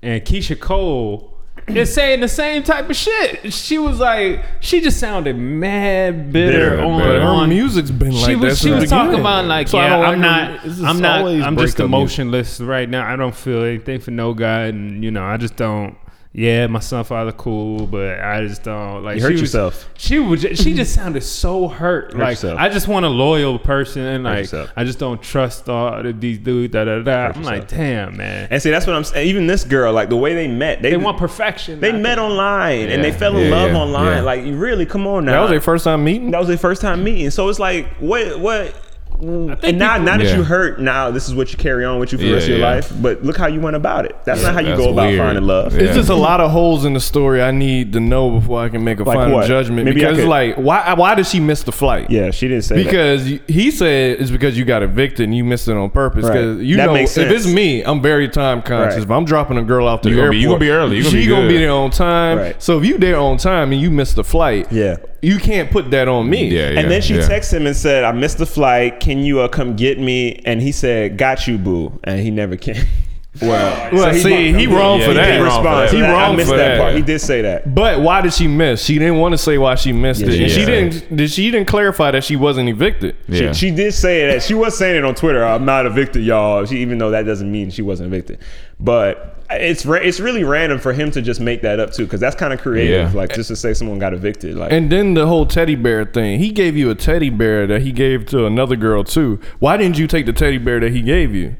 and Keisha Cole is saying the same type of shit. She was like, she just sounded mad bitter,
Bitter,
on,
bitter.
Her
on
music's been like
she
that
was she
since
was
the
talking
beginning.
about like
So I
yeah
don't like
I'm
her-
not
it's just
I'm not
always
I'm just
breakup music.
emotionless right now I don't feel anything for no guy and you know I just don't yeah my son father cool but I just don't like
You hurt
she was-
yourself.
she was ju- she just sounded so hurt like
yourself.
I just want a loyal person and like
yourself.
I just don't trust all of these dudes da da da I'm like
yourself.
damn man
And see that's what I'm saying. Even this girl, like the way they met, they,
they want perfection
they
I
met
think.
online and they
Yeah.
fell in
Yeah,
love
yeah,
online.
yeah.
Like you really come on now.
That was their first time meeting.
that was their first time meeting. So it's like, what, what? And now, now that
Yeah.
you hurt, now this is what you carry on with you for the
Yeah,
rest of your
yeah.
life. But look how you went about it. That's
Yeah,
not how you
that's
go about
weird.
finding love.
Yeah.
It's just a lot of holes in the story I need to know before I can make a
Like
final
what?
judgment.
Maybe I
because
could-
like, why why did she miss the flight?
Yeah, she didn't say that.
Because y- he said it's because you got evicted and you missed it on purpose.
Right.
Because you
That
know,
makes
if it's
sense.
me, I'm very time conscious.
Right.
If I'm dropping a girl off to
You
the
gonna
airport,
be- you gonna be early. You gonna
she
be
gonna be
good.
there on time.
Right.
So if you there on time and you missed the flight,
Yeah.
you can't put that on me.
Yeah, yeah.
and then she
yeah.
texted him and said, "I missed the flight. Can you uh, come get me?" And he said, "Got you, boo." And he never came. Well,
Well, see, he wrong
Yeah,
for
he
that.
He,
did wrong for
respond.
that.
to
He
that. I
wrong
missed
for
that,
that.
part. He did say that.
But why did she miss? She didn't want to say why she missed
Yeah,
it,
she
and she
didn't.
didn't. Did she didn't clarify that she wasn't evicted?
Yeah.
She, she did say that. She was saying it on Twitter. I'm not evicted, y'all. She, even though that doesn't mean she wasn't evicted, but it's ra- it's really random for him to just make that up too, because that's kind of creative.
Yeah.
Like just to say someone got evicted. Like
And then the whole teddy bear thing. He gave you a teddy bear that he gave to another girl too. Why didn't you take the teddy bear that he gave you?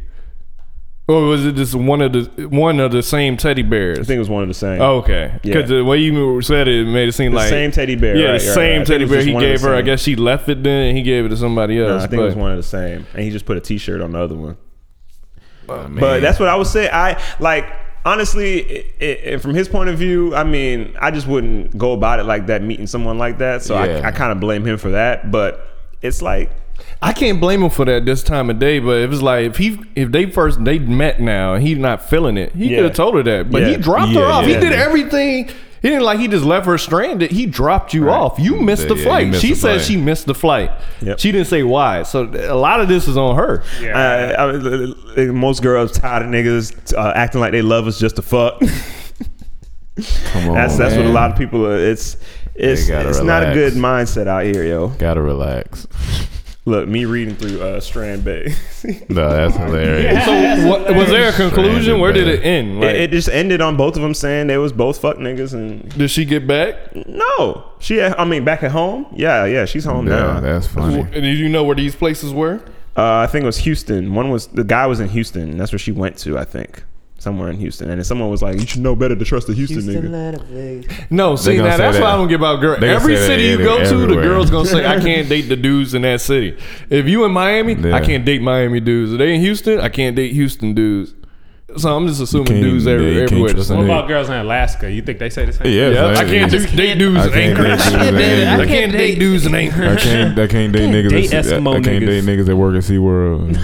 Or was it just one of the one of the same teddy
I
bears?
think it was one of the same.
Okay, because
Yeah.
the way you said it made it seem
The
Oh, like
same teddy bear,
Yeah,
right,
the same
right, right. I think
teddy
it was
bear
just
he
one of
gave
the
her. I
same.
guess she left it then, and he gave it to somebody
No,
else.
I think it was
but-
one of the same, and he just put a T-shirt on the other one.
Oh,
But that's what I would say. I like honestly, it, it, and from his point of view, I mean, I just wouldn't go about it like that, meeting someone like that. So
Yeah.
I, I kind of blame him for that. But it's like,
I can't blame him for that this time of day, but it was like if he if they first they met now and he's not feeling it, he
Yeah.
could have told her that. But he
Yeah.
dropped her
Yeah,
off.
yeah.
He did everything. He didn't like he just left her stranded. He dropped you off. You missed the
Yeah, you
flight.
missed
she
the
said
flight.
she missed the flight.
Yep.
She didn't say why. So a lot of this is on her.
uh, I, I, most girls tired of niggas uh, acting like they love us just to fuck.
Come on,
that's that's what
Oh, man.
a lot of people. Are, it's it's
gotta
it's not a
relax.
good mindset out here, yo.
Gotta relax.
Look, me reading through uh, Strand Bay.
No, that's hilarious.
So what, was there a conclusion?
Stranded
Where did
bad.
it end? Like,
it, it just ended on both of them saying they was both fuck niggas and
did she get back?
No, she. I mean, back at home. Yeah, yeah, she's home
Yeah,
now.
that's funny.
And did you know where these places were?
Uh, I think it was Houston. One was the guy was in Houston. And that's where she went to. I think somewhere in Houston. And then someone was like, "You should know better to trust the Houston, nigga."
No, see
gonna
now
say
that's
that.
why I don't get about girls.
They gonna
Every
say that
city you
any-
go to, the
everywhere.
girls gonna say, "I can't date the dudes in that city." If you in Miami,
Yeah.
I can't date Miami dudes. If they in Houston, I can't date Houston dudes. So I'm just assuming
can't
dudes
even- yeah, you
every,
can't
everywhere.
trust
the
them.
same.
What about girls in Alaska? You think they say the same?
Yeah,
Yeah,
it's
I
like-
can't do, date dudes
I
in
can't
Anchorage.
date dudes in Anchorage.
I can't date dudes in
I
Anchorage.
can't. I can't date niggas.
date
at,
Eskimo
I can't
niggas.
date niggas that work at SeaWorld.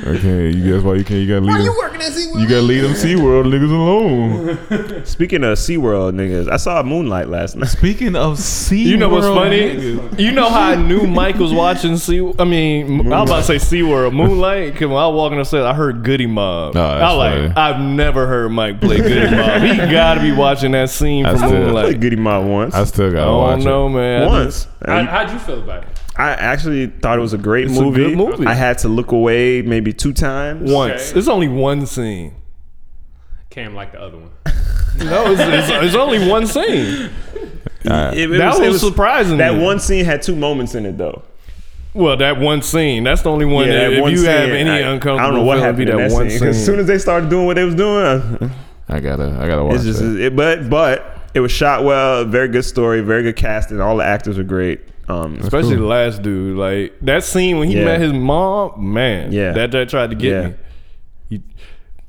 I can't. You guess why you can't? You gotta leave. Why them, you working at SeaWorld? You gotta leave them SeaWorld niggas alone.
Speaking of SeaWorld niggas, I saw Moonlight last night.
Speaking of SeaWorld,
You know what's funny? You know how I knew Mike was watching Sea. I mean, I was about to say SeaWorld, Moonlight. Because when I was walking upstairs, I heard Goody Mob.
Oh, that's
I like.
funny.
I've never heard Mike play Goody Mob. He got to be watching that scene
I
from
still-
I played
Moonlight.
Goody Mob once.
I still gotta
Oh
watch
no,
it.
man!
once.
How,
I,
how'd you feel about it?
I actually thought it was a great
It's a
movie.
good movie.
I had to look away maybe two times.
Once. It's only one scene.
Cam like the other one.
No, Oh, it's, it's, it's only one scene.
It- it
That was,
it
surprising.
That
me.
one scene had two moments in it though.
Well, that one scene. That's the only one. that,
that
if
one
you have
scene,
any
I,
uncomfortable,
I don't know what
feeling,
happened
be
in that, scene. 'cause As soon as they started doing what they was doing, I-
I gotta. I gotta watch
It's just,
it.
it, but but it was shot well. Very good story. Very good casting. All the actors were great. Um,
Especially the last dude, like that scene when he
Yeah.
met his mom, man.
Yeah.
that that tried to get
Yeah.
me. He,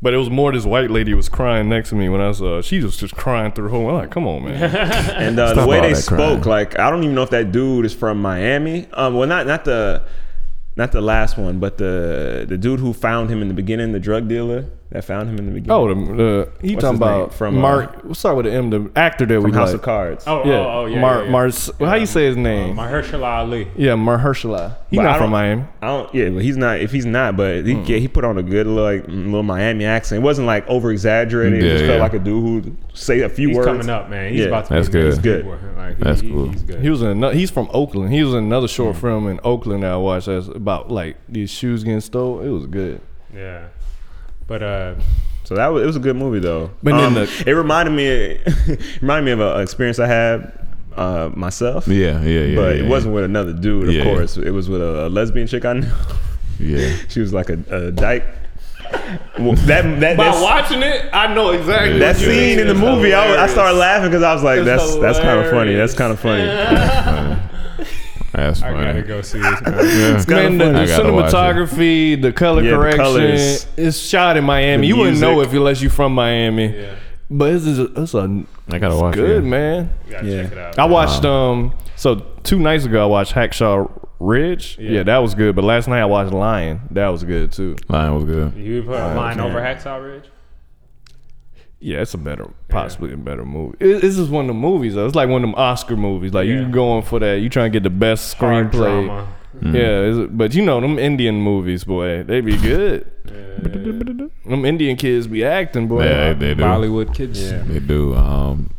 but it was more this white lady was crying next to me when I saw. She was just crying through her whole. I'm like, come on, man.
and uh, the
Stop
way
all
they
that crying.
spoke, like I don't even know if that dude is from Miami. Um, well, not not the not the last one, but the the dude who found him in the beginning, the drug dealer that found him in the beginning.
oh, the, the he talking
What's his name?
about
From,
from
uh,
Mark. We'll start with the M, the actor that we
from House
like.
of Cards.
Oh,
Yeah,
oh, oh, yeah.
Mar,
yeah, Uh, yeah.
Mars. How you say his name?
Mahershala Ali.
Yeah, Mahershala. He's
But
not
I don't-
from Miami.
I don't. Yeah, but he's not. If he's not, but he yeah, he put on a good like little Miami accent. It wasn't like over exaggerated. it
Yeah,
just felt
yeah.
like a dude who say a few
He's
words.
coming up, man. He's
Yeah.
about to.
That's
be the
good.
next
Good.
Woodward. Like, he-
That's
he-
cool.
He's good.
He was in another, he's from Oakland. He was in another short film in Oakland that I watched that's about like these shoes getting stole. It was good.
yeah. But uh,
So that was it was a good movie though.
But then
Um,
the-
it reminded me it reminded me of an experience I had uh, myself.
Yeah, yeah, yeah.
but
yeah,
it wasn't with another dude, of
Yeah, yeah.
course. It was with a, lesbian chick I knew.
Yeah.
she was like a, a dyke. Well, that that
By
that's-
watching it, I know exactly
that
what you
scene
mean.
in the
It's
movie, I, was- I
hilarious.
started laughing because I was like,
It's
"That's that's kind of funny.
hilarious.
That's kind of funny."
That's
I
funny.
gotta go see this. Man.
Yeah.
Man, the, the
I gotta watch it.
cinematography, the color
Yeah, the
correction,
colors.
it's shot in Miami.
The
You wouldn't know
music.
if unless you from Miami.
Yeah.
But it's, is a- it's a
I gotta
it's
watch it.
good, man.
You gotta
Yeah.
check it out.
I watched um so two nights ago I watched Hacksaw Ridge. Yeah.
Yeah.
that was good. But last night I watched Lion. That was good too.
Lion was good.
You put a line over Hacksaw Ridge?
Yeah, it's a better, possibly a better movie. It, this is one of the movies though. It's like one of them Oscar movies. Like
Yeah.
you going for that? You trying to get the best
Hard
screenplay?
drama.
Mm-hmm.
Yeah, it's, but you know them Indian movies, boy. They be good. Them Indian kids be acting, boy.
Yeah, they, they do.
Bollywood kids.
They do. Um,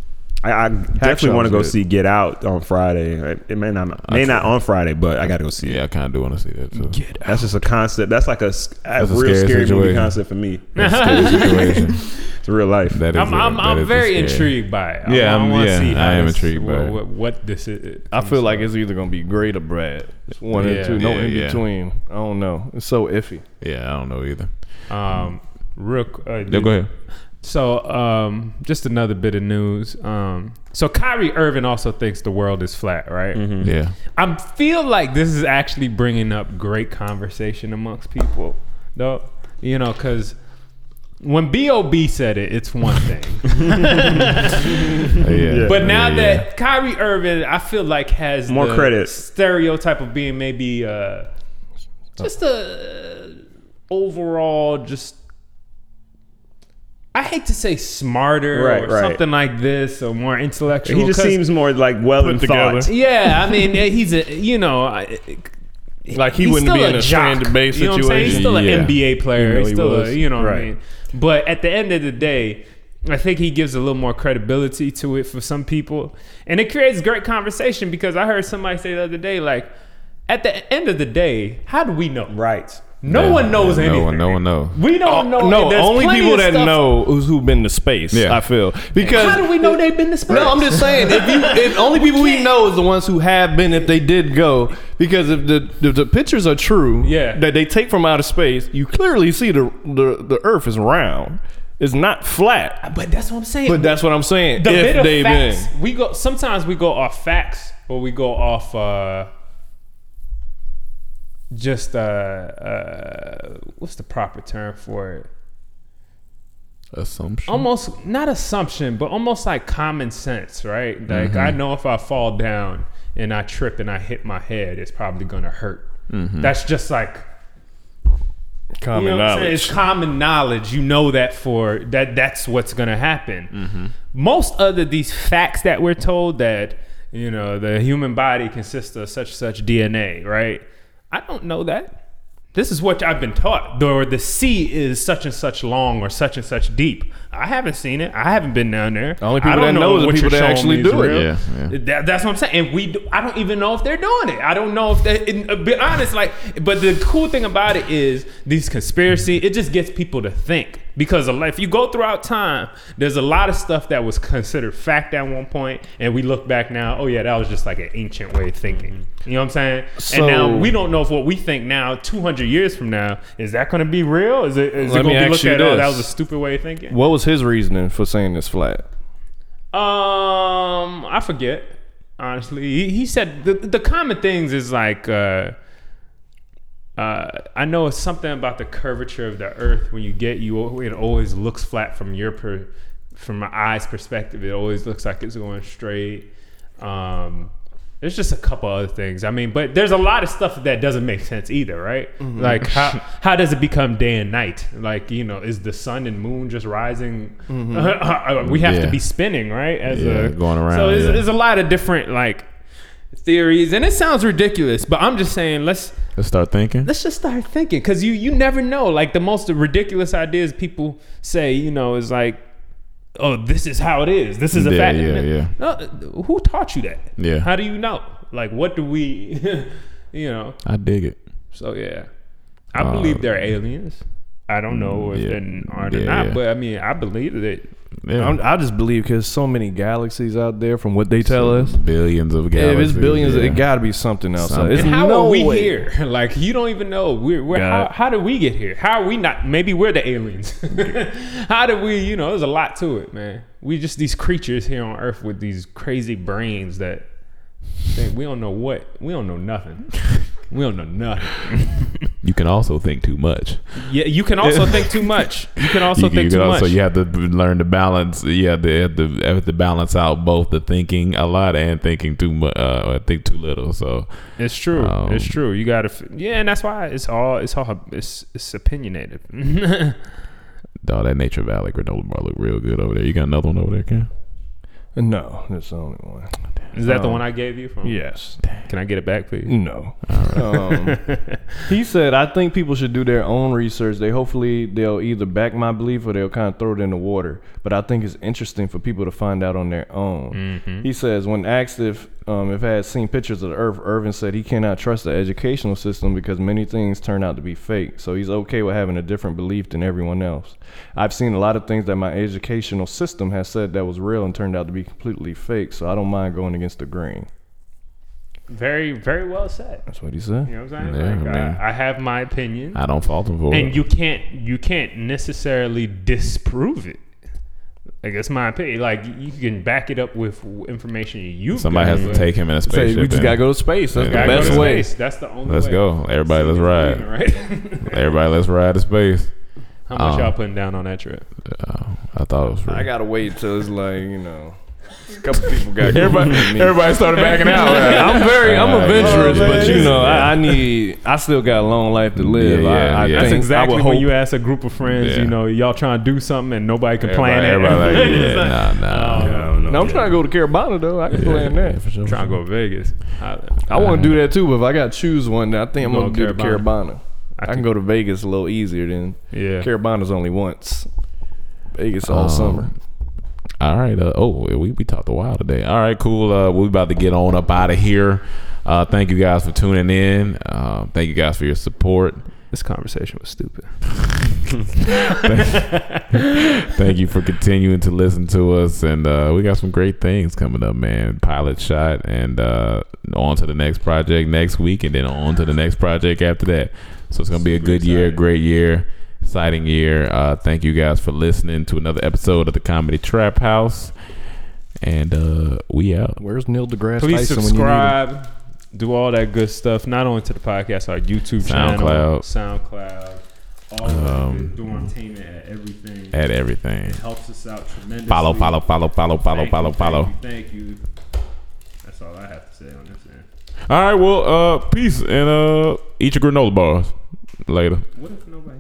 I, I definitely
Shop's
want to go
good.
see Get Out on Friday. Like, It may not may not on Friday, but I got to go see it.
yeah, I kind of do want to see that too.
That's just a concept. That's like a, s- a
That's a
real
scary
scary movie
situation.
concept for me.
That's a scary situation.
It's real life.
That is
I'm,
a-
I'm,
that
I'm
is a
very
scary-
intrigued by it.
Yeah,
I,
I'm-
want to
yeah,
see how
I am
this-
intrigued by
what,
it.
What, what this is.
I feel like it's either gonna be great or bad. It's one
Yeah.
or two, no
Yeah,
in
yeah.
between. I don't know. It's so iffy.
Yeah, I don't know either.
Um, real, qu- uh,
Yeah, go ahead.
So, um, just another bit of news. Um, so Kyrie Irving also thinks the world is flat, right?
Yeah.
I feel like this is actually bringing up great conversation amongst people, though. You know, because when Bob said it, it's one thing,
yeah.
but now
yeah,
that Kyrie Irving, I feel like has
More
the
credit.
stereotype of being maybe uh, just a overall just. I hate to say smarter
Right,
or
right.
something like this or more intellectual.
he just
'cause-
seems more like well in
together.
thought.
Yeah, I mean, he's a you know, I-
Like he
He's
wouldn't be
still
in a
jock.
stranded base
you know What I'm saying? He's
situation.
still
Yeah.
an NBA player.
You know
he's
he
still
was.
a, you know what I
Right.
mean. But at the end of the day, I think he gives a little more credibility to it for some people, and it creates great conversation because I heard somebody say the other day, like, at the end of the day, how do we know?
Right.
No one knows
no
anything.
One, no one knows.
We don't know.
Oh, no,
There's
only
plenty
people
of
that
stuff-
know who's who've been to space.
Yeah.
I feel because
How do we know they've been to space?
No, I'm just saying. If you, if only people we know is the ones who have been, if they did go, because if the if the pictures are true,
Yeah.
that they take from outer space, you clearly see the the, the Earth is round. It's not flat.
But that's what I'm saying.
But that's what I'm saying.
the bit
if
of
they've
facts,
been,
we go. Sometimes we go off facts, or we go off uh, just uh, uh, what's the proper term for it?
Assumption.
Almost not assumption, but almost like common sense, right? Like I know if I fall down and I trip and I hit my head, it's probably gonna hurt. That's just like
common
you know what I'm saying?
knowledge.
It's common knowledge. You know that for that that's what's gonna happen.
Mm-hmm.
Most other these facts that we're told that you know the human body consists of such such DNA, right? I don't know that. This is what I've been taught. Or the sea is such and such long or such and such deep. I haven't seen it. I haven't been down there. The
only people that know is the people that actually do it.
Yeah, yeah.
that, that's what I'm saying. And we, do, I don't even know if they're doing it. I don't know if they. And, uh, be honest, like, but the cool thing about it is these conspiracy. It just gets people to think because a lot- if you go throughout time, there's a lot of stuff that was considered fact at one point, and we look back now. Oh yeah, that was just like an ancient way of thinking. You know what I'm saying? and now
Mm-hmm. So-
we don't know if what we think now, 200 years from now, is that going to be real? Is it? Is
Let me
it going to be
ask
looked
you
at? Oh, that
this.
was a stupid way of thinking.
What was his reasoning for saying it's flat?
Um, I forget. Honestly, he, he said the the common things is like uh, uh, I know it's something about the curvature of the Earth. When you get you, it always looks flat from your per, from my eyes perspective. It always looks like it's going straight. Um, there's just a couple other things. I mean, but there's a lot of stuff that doesn't make sense either, right?
Mm-hmm.
Like how how does it become day and night? Like you know, is the sun and moon just rising? Uh, we have to
Mm-hmm. Yeah.
be spinning, right? As
Yeah,
a,
going around,
So there's,
yeah.
there's a lot of different like theories, and it sounds ridiculous, but I'm just saying let's
Let's start thinking.
let's just start thinking because you you never know. Like the most ridiculous ideas people say, you know, is like, oh, this is how it is. This is a
Yeah,
fact.
yeah, yeah.
No, who taught you that?
Yeah.
How do you know? Like, what do we, you know?
I dig it.
So yeah, I believe they're aliens. I don't know if
Uh, yeah.
they are or
Yeah,
not,
yeah.
but I mean, I believe that.
Yeah.
I'm, I just believe because so many galaxies out there, from what they tell us,
billions of
if
galaxies.
it's billions,
yeah.
it got to be something outside.
Something.
It's
And how
no
are we
way.
here? Like you don't even know. We're, we're how,
God.
how did we get here? How are we not? Maybe we're the aliens. how did we? You know, there's a lot to it, man. We just these creatures here on Earth with these crazy brains that Think we don't know what. We don't know nothing. We don't know nothing.
You can also think too much.
Yeah, you can also think too much. You can also
you,
think
you
too
can also-
much.
you have to b- learn to balance. You have to, have to have to balance out both the thinking a lot and thinking too much. Uh, or think too little. So
It's true.
Um,
it's true. You gotta. f- Yeah, and that's why it's all. It's all. It's, it's opinionated.
dog, that Nature Valley granola bar look real good over there. You got another one over there, Cam?
No, that's the only one.
Is that the one I gave you? From?
Yes.
Can I get it back, please?
No. Um, he said, I think people should do their own research. They hopefully they'll either back my belief or they'll kind of throw it in the water. But I think it's interesting for people to find out on their own. He says, when asked if um, if I had seen pictures of the Earth, Irvin said he cannot trust the educational system because many things turn out to be fake. So he's okay with having a different belief than everyone else. I've seen a lot of things that my educational system has said that was real and turned out to be completely fake. So I don't mind going against the grain.
Very, very well said.
That's what he said.
You know what I'm saying?
Yeah,
like,
I mean-
I, I have my opinion,
I don't fault him for
and
it.
you can't you can't necessarily disprove it. Like that's my opinion. Like you can back it up with information you.
Somebody has to take him in a spaceship.
we just
and-
gotta go to space. That's
Yeah,
the
gotta
best
go to
way.
That's the only.
Let's
way.
go, everybody. Let's ride.
Right?
Everybody, let's ride to space.
How much
Um,
y'all putting down on that trip?
Uh, I thought it was. Real.
I gotta wait till it's like you know, a couple people got
everybody. Everybody started backing out.
I'm very, I'm
Uh,
adventurous,
yeah.
but you know,
Yeah.
I, I need, I still got a long life to live.
Yeah, yeah,
I, I
yeah.
think
That's exactly
I would
when
hope-
you ask a group of friends,
Yeah.
you know, y'all trying to do something and nobody can plan
Everybody,
it.
everybody
It's
like,
like, oh,
yeah, nah, nah.
I don't know.
No, I'm trying to go to Carabana though. I can play in that.
for sure.
Trying to go to Vegas. I,
I want to do that too, but if I got to choose one, then I think I'm
Go
gonna do
to
the Carabana. I can go to Vegas a little easier than
yeah.
Carabana's only once. Vegas all summer.
All right. Uh, oh, we, we talked a while today. All right, cool. Uh, we about to get on up out of here. Uh, thank you guys for tuning in. Uh, thank you guys for your support.
This conversation was stupid.
Thank you for continuing to listen to us. And uh, we got some great things coming up, man. Pilot shot and uh, on to the next project next week, and then on to the next project after that. So it's going to be a good year, great year, exciting year. Uh, thank you guys for listening to another episode of the Comedy Trap House. And uh, we out.
Where's Neil deGrasse
Please
Tyson when you need him?
subscribe. Do all that good stuff, not only to the podcast, our YouTube channel, SoundCloud, all um, entertainment at everything.
At everything.
helps us out tremendously.
Follow, follow, follow, follow, follow,
Thank
follow,
you,
follow.
Thank you, thank you. That's all I have to say on this end.
All right, well, uh, peace and uh, eat your granola bars later.
What if nobody?